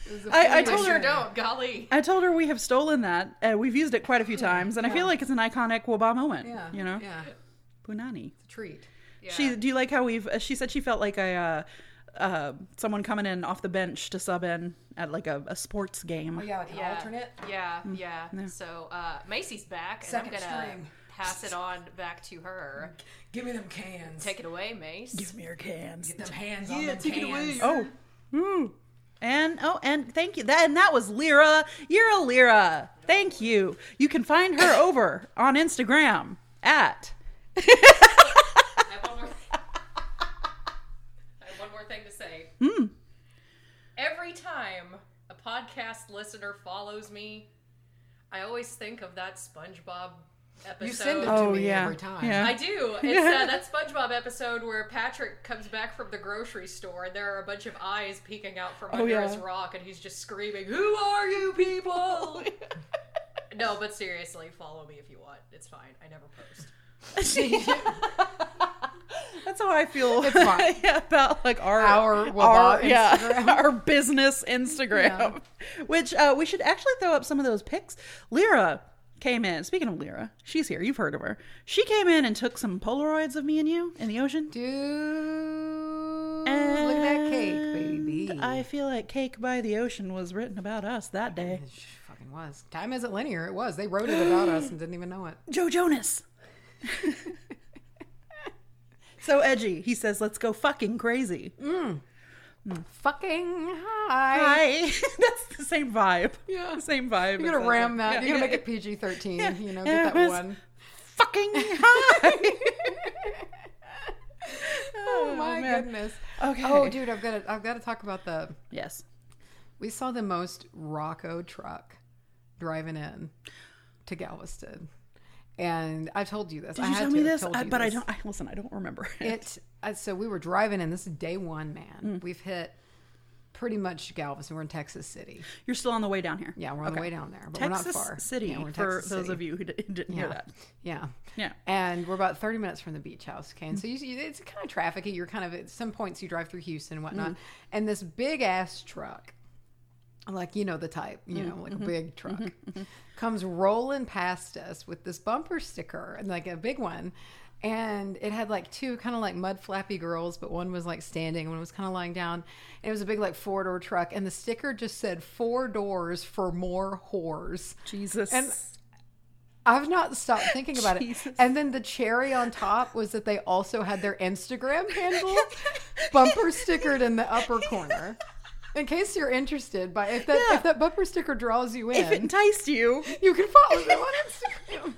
It was a I- I funny told her- shit. don't, golly. I told her we have stolen that. Uh, we've used it quite a few times, and I feel like it's an iconic Waba moment. Yeah, You know, yeah, Punani. treat. Yeah. She. Do you like how we've? uh, She said she felt like a. Uh, uh, someone coming in off the bench to sub in at like a, a sports game. Oh, Yeah, like an yeah, alternate. Mm. Yeah, yeah. So uh, Macy's back, and Second I'm gonna string. pass it on back to her. Give me them cans. Take it away, Mace. Give me your cans. them hands on them cans. Oh, ooh. and oh, and thank you. That and that was Lyra. You're a Lyra. Thank you. You can find her over on Instagram at. I have one more. *laughs* I have one more thing to say. Hmm. Every time a podcast listener follows me, I always think of that SpongeBob episode. You send them Oh, to me yeah. every time. Yeah. I do. It's uh, that SpongeBob episode where Patrick comes back from the grocery store and there are a bunch of eyes peeking out from under yeah. his rock, and he's just screaming, "Who are you people?" No, but seriously, follow me if you want. It's fine. I never post. That's how I feel fine. yeah, *laughs* about like our Our- well, our *laughs* Instagram. our business Instagram, which uh, we should actually throw up some of those pics. Lyra came in. Speaking of Lyra, she's here. You've heard of her. She came in and took some Polaroids of me and you in the ocean. Dude, look at that cake, And baby. I feel like "Cake by the Ocean" was written about us that day. It fucking was. Time isn't linear. It was. They wrote it about us and didn't even know it. Joe *laughs* Jonas. so edgy. He says, "Let's go fucking crazy." Mm. Fucking hi. Hi. *laughs* That's the same vibe. Yeah. The same vibe. You're gonna ram that. Yeah, You're gonna yeah. make it *laughs* PG thirteen. You know, Yeah, get it that was- one. fucking high. *laughs* Oh my man. goodness. Okay. Oh, dude, I've got to. I've got to talk about the. Yes. We saw the most Rocco truck driving in to Galveston, and I told you this. Did I you had tell to me have this? told I, you but I this. don't. I, listen, I don't remember. *laughs* it uh, so we were driving in this is day one Mm. man we've hit pretty much galveston we're in texas city You're still on the way down here. yeah we're on the way down there but Texas we're not far City. yeah, we're in for Texas those City. of you who di- didn't hear that. yeah Yeah. and we're about 30 minutes from the beach house okay and so you, you- it's kind of trafficy you're kind of at some points you drive through houston and whatnot and this big ass truck like you know the type you know like a big truck comes rolling past us with this bumper sticker and like a big one and it had like two kind of like mud flappy girls but one was like standing one was kind of lying down and it was a big like four door truck and the sticker just said four doors for more whores Jesus. *laughs* and I've not stopped thinking about Jesus. it. And then the cherry on top was that they also had their Instagram handle bumper stickered in the *laughs* upper corner. In case you're interested, by if that Yeah. if that bumper sticker draws you if it in, enticed *laughs* you, you can follow *laughs* them on Instagram.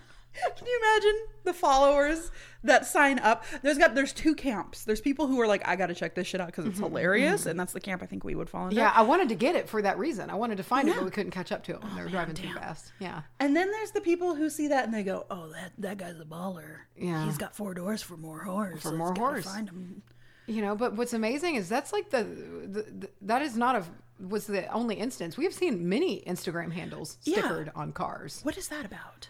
Can you imagine the followers that sign up? There's got there's two camps. There's people who are like, I gotta check this shit out because Mm-hmm. it's hilarious, and that's the camp I think we would fall into. Yeah, I wanted to get it for that reason. I wanted to find it, but we couldn't catch up to it when Oh, they were driving too fast. Yeah, And then there's the people who see that and they go, Oh, that that guy's a baller. Yeah. He's got four doors for more horse. For more whores." Find him. you know. But what's amazing is that's like the, the, the that is not a was the only instance we have seen many Instagram handles Yeah. stickered on cars. What is that about?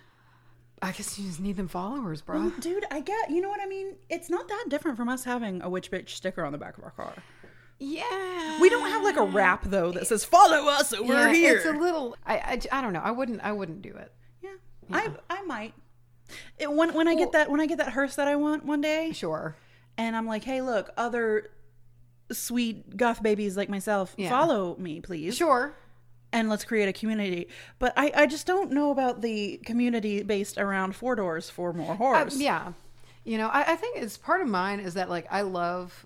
I guess you just need them followers, bro. Dude, I get you know what I mean? It's not that different from us having a witch bitch sticker on the back of our car. Yeah. We don't have like a wrap though that says follow us over Yeah, here. It's a little I, I I don't know. I wouldn't I wouldn't do it. yeah. I I might. It, when when I get that when I get that hearse that I want one day, Sure. and I'm like, hey, look, other sweet goth babies like myself, Yeah. follow me, please, Sure. and let's create a community. But I, I just don't know about the community based around four doors for more I- horrors. yeah. You know, I, I think it's part of mine is that like I love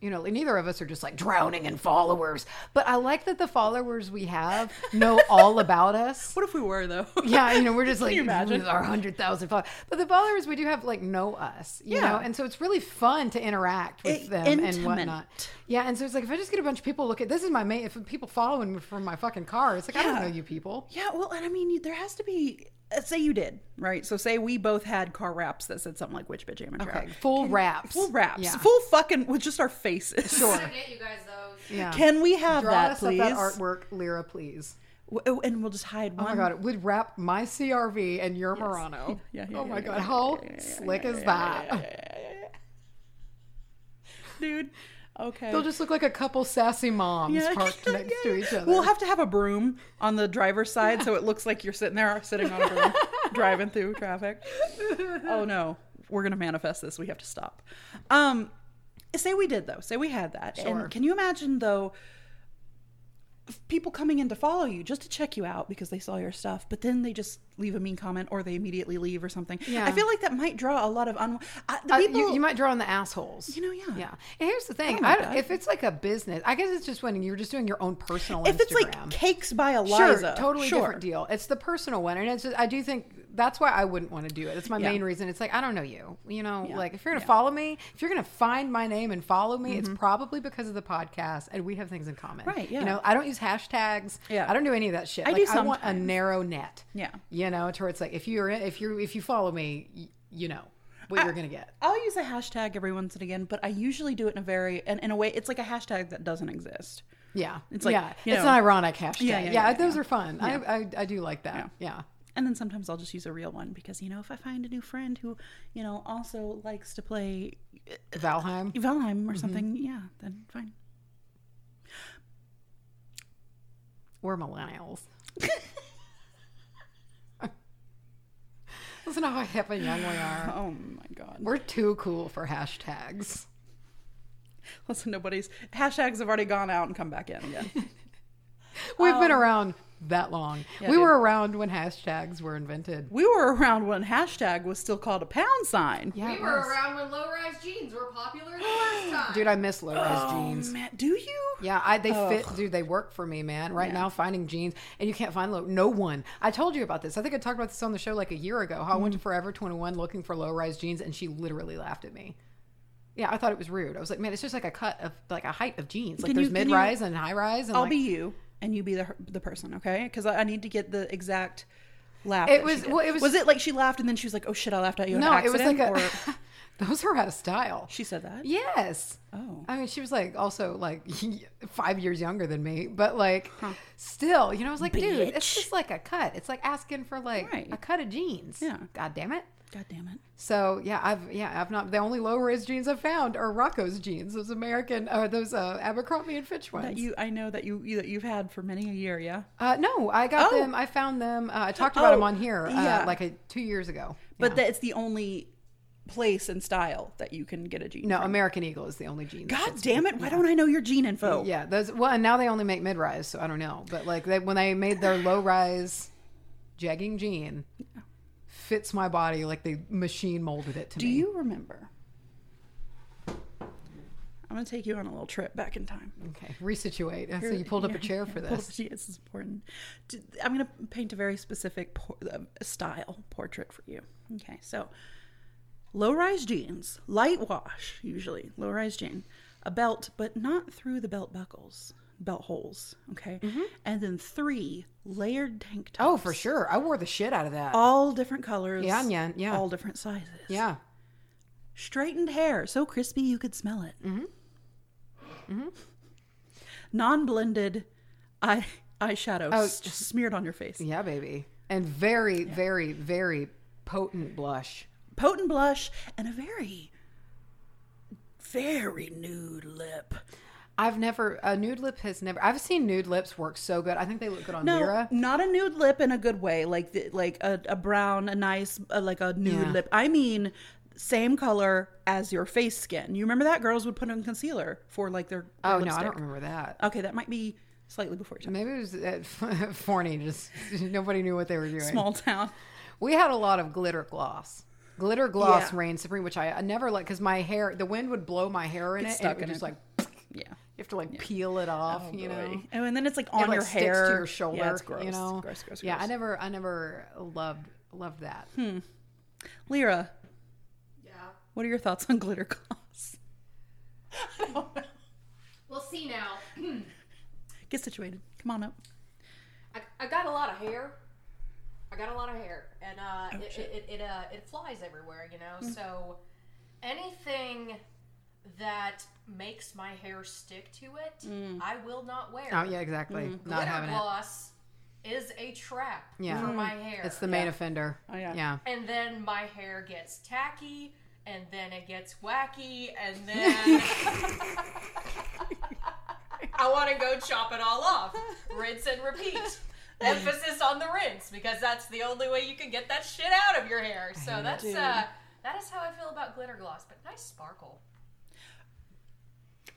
You know, neither of us are just like drowning in followers. But I like that the followers we have *laughs* know all about us. What if we were *laughs* though? Yeah, you know, we're just like you imagine? "This is our hundred thousand followers. But the followers we do have like know us, you Yeah. know, and so it's really fun to interact with I- them and intimate. whatnot. Yeah, and so it's like if I just get a bunch of people look at this is my main if people following me from my fucking car, it's like I don't Yeah. know you people. Yeah, well, and I mean, you- there has to be. uh, Say you did, right? So say we both had car wraps that said something like "Witch Bitch Amateur." Okay, Hour." full wraps. full wraps, Yeah. full fucking with just our faces. I'm gonna get you guys those. yeah. *laughs* Can we have Draw that, us please? up that artwork, Lyra, please. W- oh, and we'll just hide Oh one. my god, it would wrap my CRV and your Murano. *laughs* Yeah, yeah, oh yeah, my yeah, god, yeah, how slick is that? *laughs* *laughs* dude. Okay. They'll just look like a couple sassy *laughs* moms Yeah, parked yeah, next yeah. to each other. We'll have to have a broom on the driver's side so it looks like you're sitting there sitting on a *laughs* broom driving through traffic. Oh no, we're gonna manifest this. We have to stop. Um, say we did though. Say we had that. Sure. And can you imagine though? f- People coming in to follow you just to check you out because they saw your stuff, but then they just leave a mean comment or they immediately leave or something. Yeah. I feel like that might draw a lot of un. I, the Uh, people, you, you might draw on the assholes. You know, yeah. Oh Yeah. And here's the thing. my I don't, God. if it's like a business, I guess it's just when you're just doing your own personal if Instagram. it's like cakes by Sure, Eliza, totally sure. different deal. It's the personal one, and it's just, I do think that's why I wouldn't want to do it. It's my Yeah. main reason. It's like I don't know you. You know, like if you're gonna follow me, if you're gonna find my name and follow me, it's probably because of the podcast and we have things in common. Mm-hmm. Right, yeah. You know, I don't use hashtags. Yeah. I don't do any of that shit. I like, do I want a sometimes. narrow net. Yeah. You know, to where it's like if you're in, if you if you follow me, y- you know what you're gonna get. I'll use a hashtag every once and again, but I usually do it in a very and in a way it's like a hashtag that doesn't exist. Yeah, it's like, yeah, you it's know- an ironic hashtag. Yeah, Yeah, yeah, yeah, those are fun. I, I I do like that. Yeah, And then sometimes I'll just use a real one because you know if I find a new friend who you know also likes to play Valheim. Valheim or something, yeah, then fine. We're millennials. Listen to how hip and young we are. Oh my god! We're too cool for hashtags. Listen, nobody's hashtags have already gone out and come back in again. We've been around that long. we dude. were around when hashtags were invented. we were around when hashtag was still called a pound sign. Yeah, We it were was. around when low-rise jeans were popular the last time. Dude, I miss low rise Oh, jeans. man, do you? Yeah, I, they fit, dude. They work for me, man. Right now, finding jeans and you can't find low. No one. I told you about this. I think I talked about this on the show like a year ago. How I Mm. went to Forever Twenty One looking for low rise jeans, and she literally laughed at me. Yeah, I thought it was rude. I was like, man, it's just like a cut of like a height of jeans. Like Can there's you- can mid you- rise and high rise. And I'll like, be you, and you be the the person, okay? Because I, I need to get the exact laugh. It that was- she did. well, it was- it like she laughed and then she was like, "Oh shit, I laughed at you." in no, an it was like a. accident," *laughs* or those are out of style. she said that. Yes. Oh. I mean, she was like also like *laughs* five years younger than me, but like still, you know, I was like, dude, it's Bitch. just like a cut. It's like asking for like Right. a cut of jeans. Yeah. God damn it. God damn it. So yeah, I've yeah, I've not the only low rise jeans I've found are Rocco's jeans, those American or those uh, Abercrombie and Fitch ones. That you, I know that you, you that you've had for many a year, yeah. uh, no, I got Oh. them. I found them. Uh, I talked about them Oh, on here uh, yeah. like a, two years ago. But Yeah. that it's the only place and style that you can get a jean. no, from. American Eagle is the only jean. that God fits damn it! Why don't I know your jean info? Yeah, those. Well, and now they only make mid rise, so I don't know. But like they, when they made their low rise jegging jean, fits my body like the machine molded it to Do me. you remember? I'm gonna take you on a little trip back in time. Okay, resituate. And so you pulled up a chair for Pull up this. a chair. This is important. D- I'm going to paint a very specific por- uh, style portrait for you. Okay, so low-rise jeans, light wash usually, low-rise jean, a belt, but not through the belt buckles, belt holes. Okay, and then three layered tank tops. Mm-hmm. Oh, for sure. I wore the shit out of that. All different colors. Yeah, yeah, yeah. All different sizes. Yeah. Straightened hair, so crispy you could smell it. Mm-hmm. Mm-hmm. Non-blended eye eyeshadow Oh. s- just smeared on your face. Yeah, baby. And very, very, very potent blush. Potent blush and a very, very nude lip. I've never a nude lip has never. I've seen nude lips work so good. I think they look good on No, Lyra. not a nude lip in a good way, like the, like a, a brown, a nice, uh, like a nude Yeah. lip. I mean, same color as your face skin. You remember that girls would put on concealer for like their, their Oh no, lipstick. I don't remember that. Okay, that might be slightly before your time. Maybe it was at *laughs* Forney. Just nobody knew what they were doing. Small town. *laughs* We had a lot of glitter gloss. Glitter gloss Yeah. reigned supreme, which I, I never like because my hair, the wind would blow my hair in Get it, and stuck it would in just it. like Yeah. You have to like peel it off, you know. Oh, and then it's like on it, like, your sticks hair, to your shoulder. Yeah, it's gross. You know, gross, gross, yeah. gross. Hmm. I never, I never loved loved that. Lyra, Yeah. what are your thoughts on glitter gloss? We'll see now. Get situated. Come on up. I, I got a lot of hair. I got a lot of hair, and uh, it, it, it, uh, it flies everywhere, you know. So anything that makes my hair stick to it, I will not wear. Oh yeah, exactly. Not Mm-hmm. Glitter having it. gloss is a trap Yeah. for my hair. It's the main offender. Oh, yeah. Yeah. and then my hair gets tacky, and then it gets wacky, *laughs* and then I want to go chop it all off, rinse and *laughs* repeat. Emphasis on the rinse because that's the only way you can get that shit out of your hair. So that's uh, that is how I feel about glitter gloss, but nice sparkle.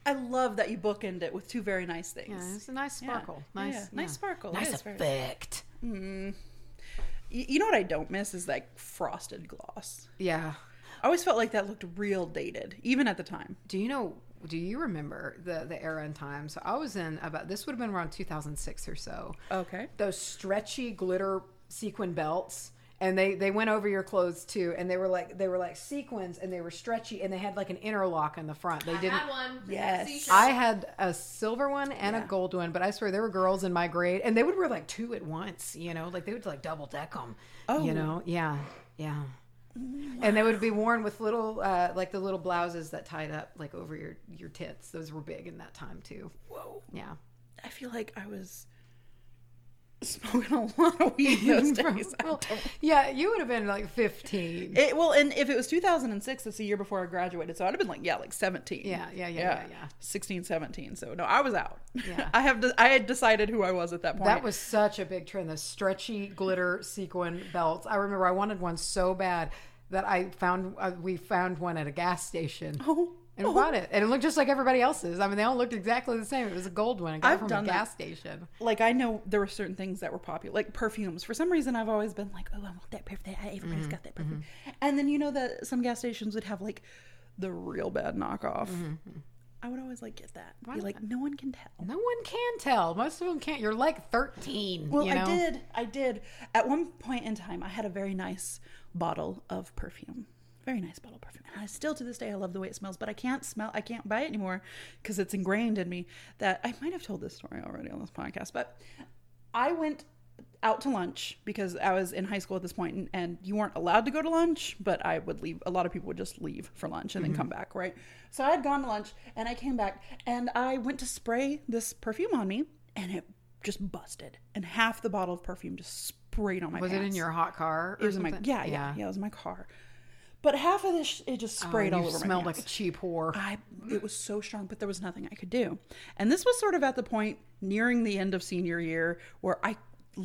I love that you bookend it with two very nice things. Yeah, it's a nice Yeah. sparkle. Yeah, Nice, yeah. nice sparkle. Nice effect. You you know what I don't miss is like frosted gloss. Yeah. I always felt like that looked real dated, even at the time. Do you know? Do you remember the the era and time? So I was in about this would have been around 2006 or so. Okay. Those stretchy glitter sequin belts. And they, they went over your clothes too, and they were like they were like sequins, and they were stretchy, and they had like an interlock in the front. They didn't. one. Yes. I had a silver one and Yeah. a gold one, but I swear there were girls in my grade, and they would wear like two at once. You know, like they would like double deck them. Oh. Mm-hmm. you know, yeah, yeah. And they would be worn with little, uh, like the little blouses that tied up like over your your tits. Those were big in that time too. Whoa. Yeah, I feel like I was smoking a lot of *laughs* weed those days. I well, don't- yeah. You would have been like fifteen. It, well, and if it was 2006, that's the year before I graduated. So I'd have been like, yeah, like 17. Yeah, yeah, yeah, yeah, yeah. 16, 17. So no, I was out. Yeah. *laughs* I have, de- I had decided who I was at that point. That was such a big trend. The stretchy glitter sequin belts. I remember I wanted one so bad that I found uh, we found one at a gas station. Oh. and bought it. And it looked just like everybody else's. I mean, they all looked exactly the same. It was a gold one. I got I've it from done a that. gas station. like I know there were certain things that were popular, like perfumes. For some reason, I've always been like, "Oh, I want that perfume. Everybody's Mm-hmm, got that perfume." And then you know that some gas stations would have like the real bad knockoff. Mm-hmm, I would always like get that. Be like, no one can tell. No one can tell. Most of them can't. You're like 13. Well, you know? I did. I did. At one point in time, I had a very nice bottle of perfume. Very nice bottle of perfume. And I still to this day I love the way it smells, but I can't smell I can't buy it anymore because it's ingrained in me that I might have told this story already on this podcast, but I went out to lunch because I was in high school at this point and, and you weren't allowed to go to lunch, but I would leave. A lot of people would just leave for lunch and then come Mm-hmm. back, right? So I had gone to lunch and I came back and I went to spray this perfume on me and it just busted and half the bottle of perfume just sprayed on my Was it in pants. your hot car? Or it was in my yeah, yeah yeah it was in my car but half of this sh- it just sprayed all Oh, you over smelled my like a pants. cheap whore. I it was so strong, but there was nothing I could do. And this was sort of at the point nearing the end of senior year where I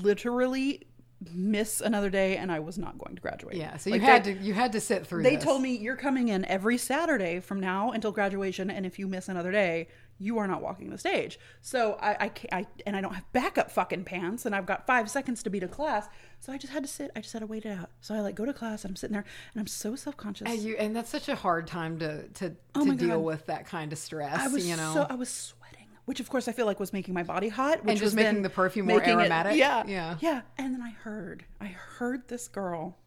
literally miss another day and I was not going to graduate. Yeah. So you Like, had they, to you had to sit through they this. told me you're coming in every Saturday from now until graduation and if you miss another day, you are not walking the stage. So I I, can't, I and I don't have backup fucking pants and I've got 5 seconds to be to class. So I just had to sit. I just had to wait it out. So I like go to class and I'm sitting there and I'm so self-conscious. And, you, and that's such a hard time to to, Oh my to deal God. with that kind of stress. I was you know, so I was sweating, which of course I feel like was making my body hot, which just was making then the perfume more making it- aromatic? yeah, Yeah. yeah. And then I heard, I heard this girl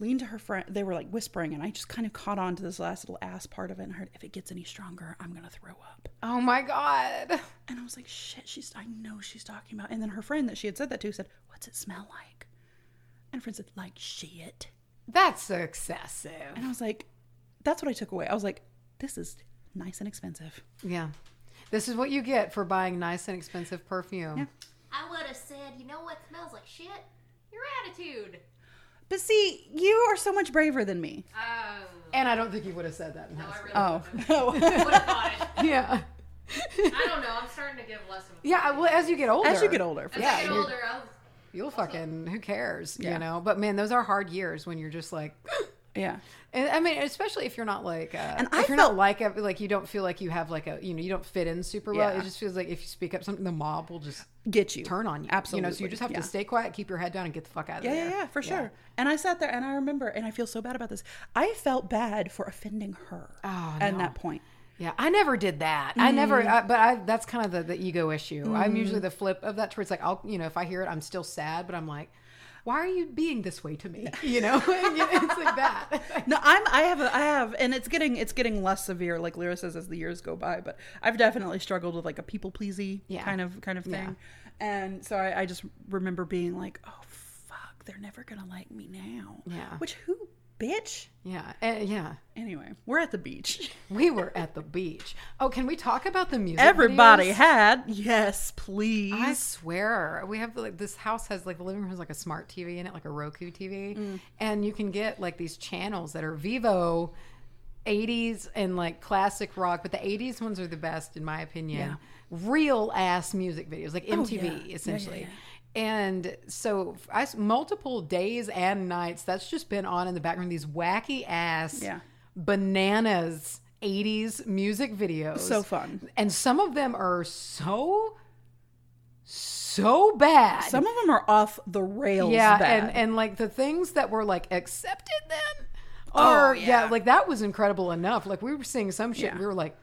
lean to her friend. They were like whispering, and I just kind of caught on to this last little ass part of it, and heard, "If it gets any stronger, I'm gonna throw up." oh my god. And I was like, "Shit, she's I know she's talking about." And then her friend that she had said that to said, "What's it smell like?" And her friend said, "Like shit." That's excessive. And I was like, "That's what I took away." I was like, "This is nice and expensive." Yeah. This is what you get for buying nice and expensive perfume. I would have said, you know what smells like shit? Your attitude. But see, you are so much braver than me. Oh, And I don't think you would have said that in high I school. really Oh. would have thought it. Yeah. I don't know. I'm starting to give less of. Yeah, I- well, as you get *laughs* older, As you get older, for *laughs* As Yeah, I get you're- older, I'll, you'll fucking who cares, Yeah. you know. But man, those are hard years when you're just like, *gasps* yeah. and, I mean, especially if you're not like, uh, And if I you're felt- not like, a, like you don't feel like you have like a, you know, you don't fit in super well. Yeah. It just feels like if you speak up something, the mob will just Get you. turn on you. Absolutely. you know. So you just have Yeah. to stay quiet, keep your head down, and get the fuck out of Yeah, there. yeah, yeah, for sure. And I sat there and I remember, and I feel so bad about this. I felt bad for offending her Oh, at no. *laughs* that point. Yeah, I never did that. I never, I, but I, that's kind of the, the ego issue. I'm usually the flip of that, to where it's like, I'll, you know, if I hear it, I'm still sad, but I'm like, why are you being this way to me? *laughs* You know, it's like that. *laughs* No, I'm. I have. A, I have, and it's getting. It's getting less severe, like Lyra says, as the years go by. But I've definitely struggled with like a people pleasy Yeah. kind of kind of thing, and so I, I just remember being like, oh fuck, they're never gonna like me now. Yeah. Which who, bitch? Yeah, eh, yeah. Anyway, we're at the *laughs* beach. We were at the beach. Oh, can we talk about the music? Everybody videos? had yes, please. I swear, we have like this house has like the living room has like a smart TV in it, like a Roku TV, Mm. and you can get like these channels that are Vivo, '80s and like classic rock, but the '80s ones are the best in my opinion. Real ass music videos, like MTV Oh, yeah. Yeah, yeah, essentially. And so, I s multiple days and nights, that's just been on in the background. These wacky ass, Yeah. bananas '80s music videos, so fun. and some of them are so so bad Some of them are off the rails. yeah bad. and and like the things that were like accepted then are yeah. Oh, yeah. like that was incredible enough like we were seeing some shit Yeah. we were like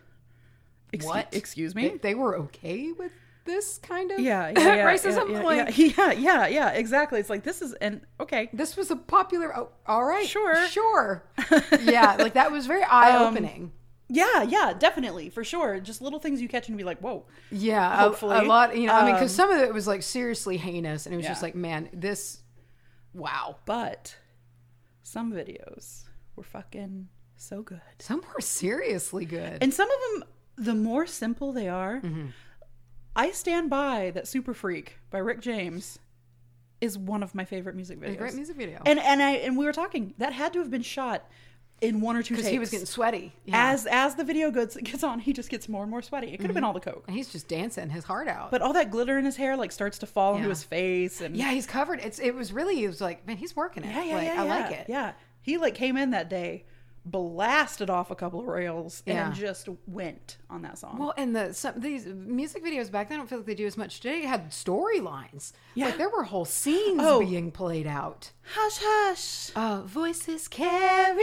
Excu- what? Excuse me. they, they were okay with this kind *laughs* of *laughs* yeah, yeah, yeah racism yeah, yeah, like yeah, *laughs* yeah, yeah, yeah, exactly. It's like this is and okay, this was a popular oh, all right Sure. *laughs* sure yeah like that was very eye-opening Um, yeah, yeah, definitely for sure. Just little things you catch and be like, whoa, Yeah, a- Hopefully. Um, a, lot. You know, I mean, because some of it was like seriously heinous, and it was just Yeah. like, man, this, wow. but some videos were fucking so good, Some were seriously good. and some of them, the more simple they are, I stand by that Super Freak by Rick James is one of my favorite music videos. a great music video and and I and we were talking that had to have been shot in one or two because takes. he was getting sweaty. Yeah. as as the video goes gets on, he just gets more and more sweaty. It could have been all the coke. and he's just dancing his heart out. But all that glitter in his hair like starts to fall into Yeah. his face and yeah, he's covered. It's it was really it was like, man, he's working it. yeah, yeah, like, yeah, I yeah. like it. Yeah. He like came in that day, blasted off a couple of rails Yeah. and just went on that song. Well, and the some these music videos back then, I don't feel like they do as much today. Had storylines. Yeah. Like there were whole scenes Oh. being played out. hush hush Uh, voices carry.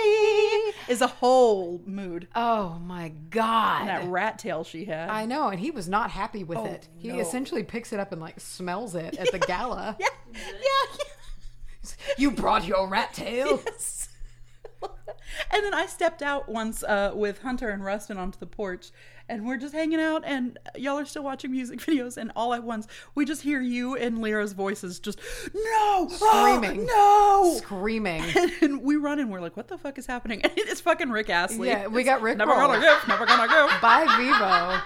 is a whole mood. Oh my god. And that rat tail she had. I know, and he was not happy with Oh, it. He no. essentially picks it up and like smells it at the *laughs* gala. *laughs* yeah. Yeah. You brought your rat tail. *laughs* Yes. and then I stepped out once uh, with Hunter and Rustin onto the porch, and we're just hanging out, and y'all are still watching music *laughs* videos, and all at once we just hear you and Lyra's voices just no Screaming. oh, Screaming. no, *laughs* and we run and we're like, what the fuck is happening? *laughs* And it's fucking Rick Astley. Yeah, we got Rick never gonna give, never gonna give. *laughs* *laughs* by Vivo.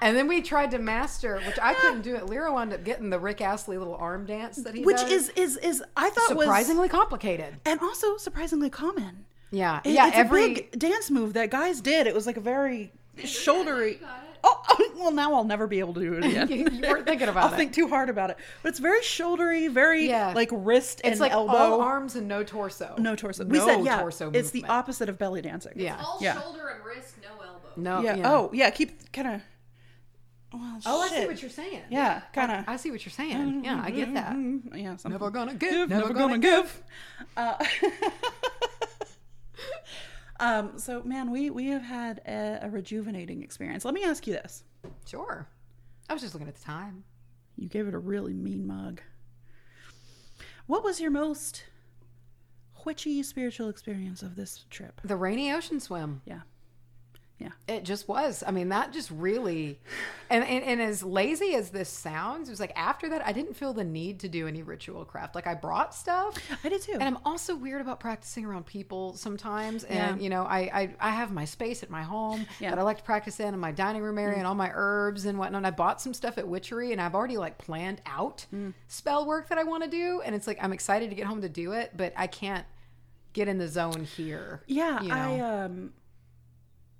And then we tried to master, which I couldn't do it. Lyra wound up getting the Rick Astley little arm dance that he Which does. is is is I thought was surprisingly complicated. and also surprisingly common. Yeah. It- yeah. it's every a big dance move that guys did. It was like a very shouldery. Oh, oh, well, now I'll never be able to do it again. *laughs* You- you weren't thinking *laughs* about I'll it. think too hard about it. But it's very shouldery, very Yeah. like wrist it's and like elbow. all arms and no torso. no torso. No we said yeah. torso it's the movement. opposite of belly dancing. Yeah. All Yeah. shoulder and wrist, no elbow. No. Yeah. yeah. Oh, yeah. Keep kind of. Well, Oh, I shit. see what you're saying. Yeah, kind of. I see what you're saying. Yeah, I get that. Yeah. Something. Never gonna give. Mm-hmm. Never, gonna, give. Uh, *laughs* um, so, man, we we have had a, a rejuvenating experience. Let me ask you this: Sure. I was just looking at the time. You gave it a really mean mug. What was your most witchy spiritual experience of this trip? The rainy ocean swim. Yeah. Yeah. It just was. I mean, that just really, and, and and as lazy as this sounds, it was like after that, I didn't feel the need to do any ritual craft. Like I brought stuff, I did too. and I'm also weird about practicing around people sometimes. And Yeah. you know, I I, I have my space at my home Yeah. Mm. that I like to practice in, and my dining room area, and all my herbs and whatnot. I bought some stuff at Witchery, and I've already like planned out Mm. spell work that I want to do, and it's like I'm excited to get home to do it, but I can't get in the zone here. yeah, you know. I um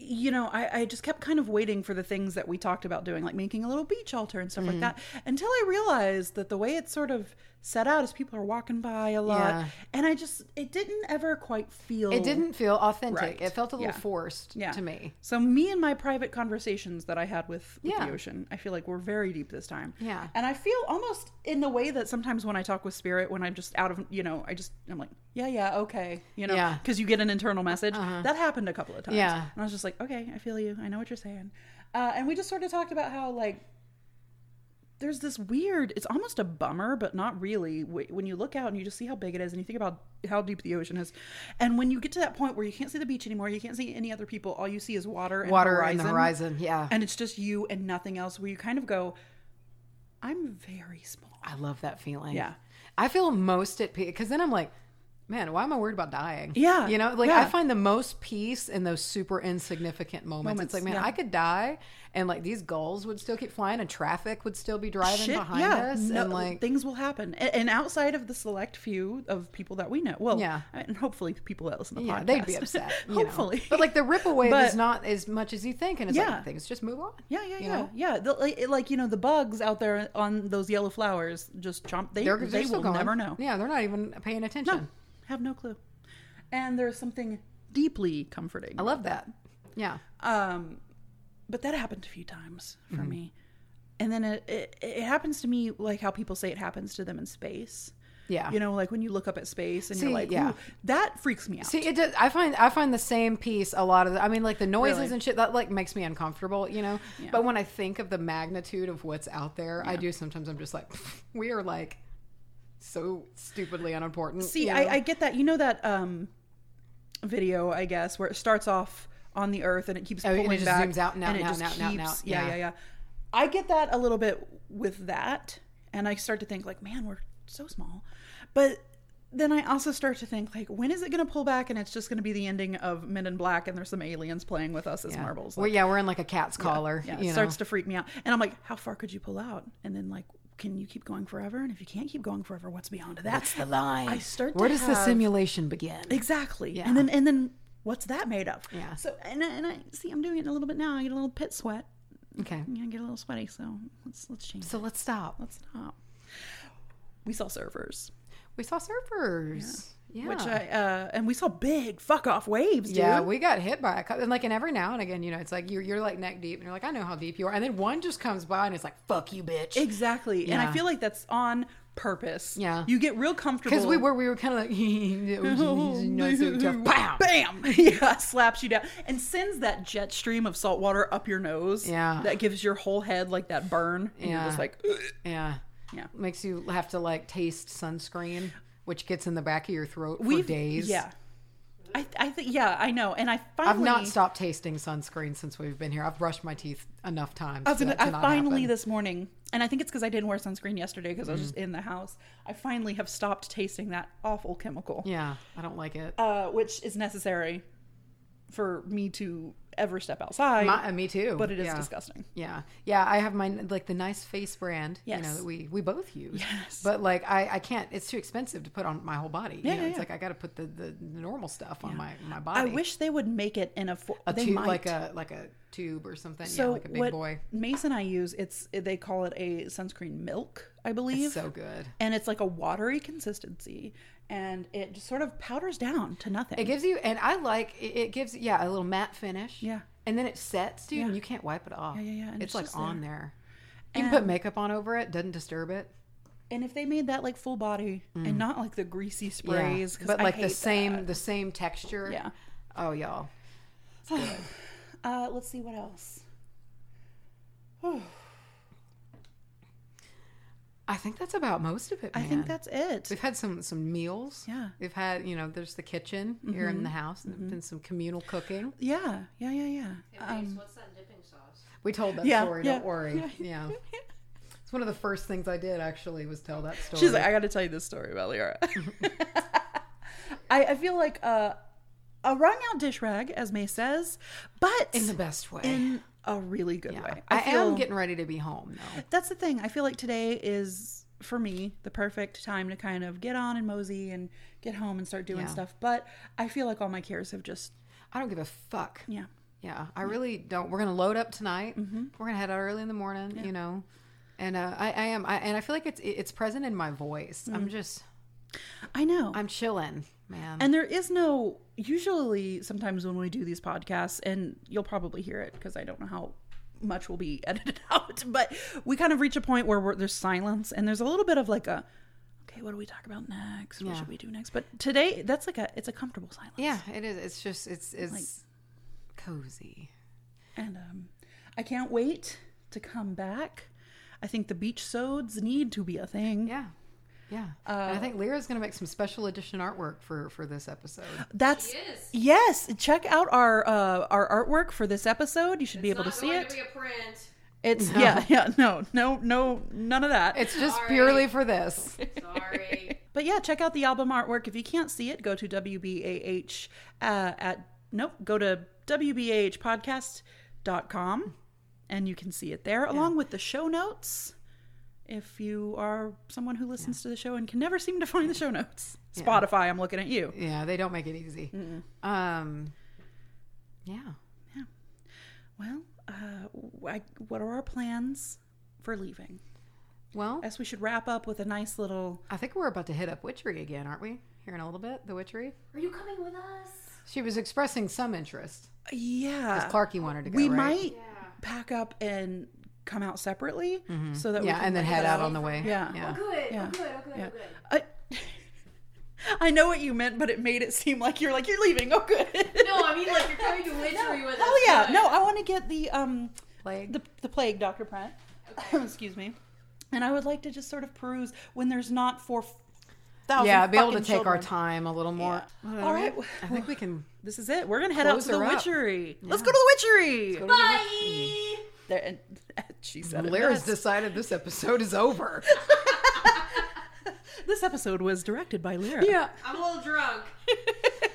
you know, I, I just kept kind of waiting for the things Mm-hmm. that we talked about doing, like making a little beach altar and stuff like that, until I realized that the way it's sort of set out as people are walking by a lot. Yeah. And I just, it didn't ever quite feel. It didn't feel authentic. Right. It felt a little Yeah. forced Yeah. to me. So me and my private conversations that I had with, with Yeah. the ocean, I feel like we're very deep this time. Yeah. And I feel almost in the way that sometimes when I talk with spirit, when I'm just out of, you know, I just I'm like, yeah, yeah, okay, you know, Yeah. Uh-huh. because you get an internal message. That happened a couple of times. Yeah. And I was just like, okay, I feel you. I know what you're saying. Uh, and we just sort of talked about how like there's this weird it's almost a bummer but not really wh- when you look out and you just see how big it is and you think about how deep the ocean is and when you get to that point where you can't see the beach anymore you can't see any other people all you see is water and Water horizon, and the horizon. Yeah. and it's just you and nothing else where you kind of go i'm very small I love that feeling. Yeah. I feel most at peace because then I'm like, man, why am I worried about dying? Yeah. You know, like Yeah. I find the most peace in those super insignificant moments. Moments, It's like, man, yeah. I could die and like these gulls would still keep flying and traffic would still be driving behind us. no- and like, things will happen, A- and outside of the select few of people that we know, well, Yeah. I- and hopefully people that listen to the yeah, podcast, they'd be *laughs* upset. you know. hopefully, But like the ripple wave But- is not as much as you think. And it's Yeah. like, things just move on. Yeah, yeah, you yeah, know? yeah. The, like, it- like you know, the bugs out there on those yellow flowers just chomp. They They're, they're they still will going. never know. Yeah. They're not even paying attention. No, have no clue. And there's something deeply comforting. I love that. Yeah. Um, but that happened a few times for Mm-hmm. me, and then it, it it happens to me like how people say it happens to them in space. Yeah. You know, like when you look up at space and Ah. See, you're like, yeah. "Ooh," that freaks me out. See, it does, I find I find the same piece a lot of. The, I mean, like the noises Really? and shit that like makes me uncomfortable, you know. But when I think of the magnitude of what's out there, I do sometimes. I'm just like, *laughs* we are like so stupidly unimportant. See, you know? I, I get that. You know that um, video, I guess, where it starts off on the Earth and it keeps Oh, and it pulling just back zooms out and out and it and out just and out and out and keeps, out. Yeah, Yeah. yeah, yeah. I get that a little bit with that, and I start to think like, man, we're so small. But then I also start to think like, when is it going to pull back? And it's just going to be the ending of Men in Black, and there's some aliens playing with us as Yeah. marbles. Well, yeah, we're in like a cat's collar. Yeah, you it know? starts to freak me out. And I'm like, how far could you pull out? And then like, can you keep going forever? And if you can't keep going forever, what's beyond of that? That's the line. I start to Where does the have- simulation begin? Exactly. Yeah. And then and then what's that made of? Yeah. So and I- and I see I'm doing it a little bit now. I get a little pit sweat. Okay, You know, I get a little sweaty. So let's let's change. so let's stop. Let's stop. We saw servers, We saw surfers. Yeah. which I uh, and we saw big fuck off waves, dude. Yeah, we got hit by a couple, and like, and every now and again, you know, it's like you're you're like neck deep, and you're like, I know how deep you are, and then one just comes by and it's like, fuck you, bitch, exactly. And I Yeah. feel like that's on purpose. Yeah. You get real comfortable because *laughs* we were *laughs* we were kind of like, it was- not so tough. *laughs* Bam! Bam! *laughs* Yeah, slaps you down and sends that jet stream of salt water up your nose. Yeah. That gives your whole head like that burn. And you're Yeah. just like, *laughs* yeah, Yeah. makes you have to like taste sunscreen, which gets in the back of your throat for We've- days. Yeah. I, I think yeah I know and I I've finally not stopped tasting sunscreen since we've been here. I've brushed my teeth enough times. I, was gonna, for that I to not uh, finally happen. this morning and I think it's because I didn't wear sunscreen yesterday because I was just Mm-hmm. in the house. I finally have stopped tasting that awful chemical, yeah, I don't like it. uh, which is necessary for me to ever step outside. My, uh, me too. but it is yeah. disgusting. Yeah, yeah. I have mine like the nice face brand. You know Yes. that we we both use. Yes. But like I I can't. It's too expensive to put on my whole body. Yeah, you know, yeah, it's yeah. like I got to put the, the the normal stuff on my my body. I wish they would make it in a. For- a they tube, might. like a like a tube or something. so yeah, like a big what boy. Mace and I use it's they call it a sunscreen milk, I believe. It's so good. and it's like a watery consistency and it just sort of powders down to nothing. It gives you and I like it, it gives yeah a little matte finish. Yeah. And then it sets, dude, and you can't wipe it off. Yeah, yeah, yeah, and it's It's, like just there. on there. You can put makeup on over it. Doesn't disturb it. and if they made that like full body and not like the greasy sprays, Mm. Yeah. But like the same That. the same texture. Yeah. Oh y'all. *sighs* Uh, let's see what else. I think that's about most of it. I Man. think that's it. We've had some some meals. Yeah. Mm-hmm. We've had, you know, there's the kitchen here in the house and there's been some communal cooking. Yeah, yeah, yeah, yeah. Uh, *laughs* what's that dipping sauce? We told that Yeah, story, yeah, don't worry. *laughs* Yeah. It's one of the first things I did actually was tell that story. She's like, I got to tell you this story about Liara. *laughs* I, I feel like uh, a wrung out dish rag, as May says, but in the best way. in a really good Yeah. way. I, feel- am getting ready to be home though. that's the thing. I feel like today is for me the perfect time to kind of get on and mosey and get home and start doing Yeah. stuff. But I feel like all my cares have just I don't give a fuck. yeah. Mm-hmm. Yeah, I really don't. We're gonna load up tonight. We're gonna head out early in the morning. You know, and uh, I, I am, I, and I feel like it's it's present in my voice. Mm. I'm just, I know. I'm chilling, man. And there is no usually sometimes when we do these podcasts and you'll probably hear it because I don't know how much will be *laughs* edited out, but we kind of reach a point where we're, there's silence and there's a little bit of like a okay, what do we talk about next? What Yeah. should we do next? But today that's like a it's a comfortable silence. yeah, it is. It's just, it's it's cozy. And um I can't wait to come back. I think the beach sods need to be a thing. Yeah, yeah. and Uh, I think Lyra's gonna make some special edition artwork for for *laughs* this episode. That's is. yes. Check out our uh, our artwork for this episode. You should be able to Not see going it. to be a *laughs* print. It's *laughs* yeah, yeah, no, no, no, none of that. It's just Sorry. purely for this. *laughs* Sorry. but yeah, check out the album artwork. If you can't see it, go to WBAH uh, at nope, go to WBAHpodcast.com and you can see it there along with the show notes. If you are someone who listens to the show and can never seem to find the show notes, Spotify, I'm looking at you. Yeah, they don't make it easy. Um, yeah. Well, uh, wh- what are our plans for leaving? Well, I guess we should wrap up with a nice little. I think we're about to hit up witchery again, aren't we? Here in a little bit, the witchery. Are you coming with us? She was expressing some interest. Yeah. Clarky wanted to go. we right? might pack up and come out separately so that we Mm-hmm. Yeah, can and then leave head it out on the way. Yeah. yeah. Good. Yeah. good. Oh, good. Yeah. I, *laughs* I know what you meant, but it made it seem like you're like you're leaving. Oh, good. *laughs* No, I mean like you're coming to Witchery with us. Hell yeah! No, I want to get the um Plague. the the plague, Doctor Pratt. *laughs* Excuse me. And I would like to just sort of peruse when there's not four thousand. yeah, be able to fucking take our children. time a little more. Yeah. Well, All I right. mean, I think we can. This is it. We're gonna head out Close to the her up. witchery. Let's go to the witchery. Bye. There, and, *laughs* she said it Lyra's best. decided this episode is over. This episode was directed by Lyra. *laughs* yeah. I'm a little drunk.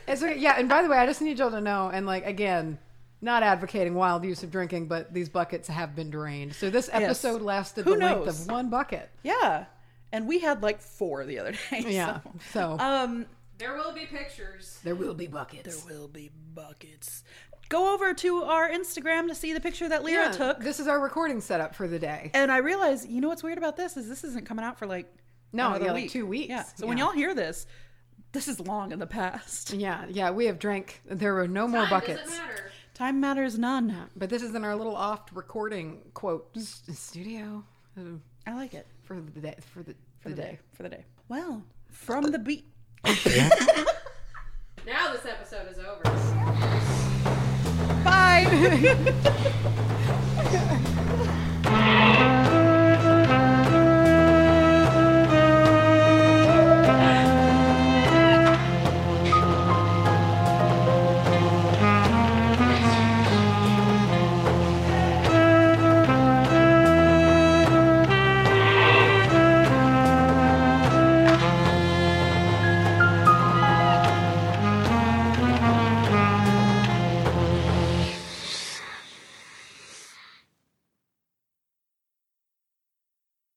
It's okay. Yeah, and by the way, I just need y'all to know, and like again, not advocating wild use of drinking, but these buckets have been drained. So this episode lasted Who the length knows? of one bucket. *laughs* Yeah. And we had like four the other *laughs* day. Yeah. so. *laughs* So Um, There will be pictures. there will be buckets. will be buckets. Go over to our Instagram to see the picture that Lyra took. This is our recording setup for the day. And I realized, you know what's weird about this is this isn't coming out for like No, another Oh, yeah, like week. two weeks. Yeah. So when Yeah. Mm. y'all hear this, this is long in the past. Yeah, yeah, we have drank. There were no more Time buckets. Doesn't matter. Time matters none. But this is in our little oft recording quote s- studio uh, I like it for the day, for the, for the the day. day. For the day. Well, from the beat. *laughs* Now this episode is over. Bye.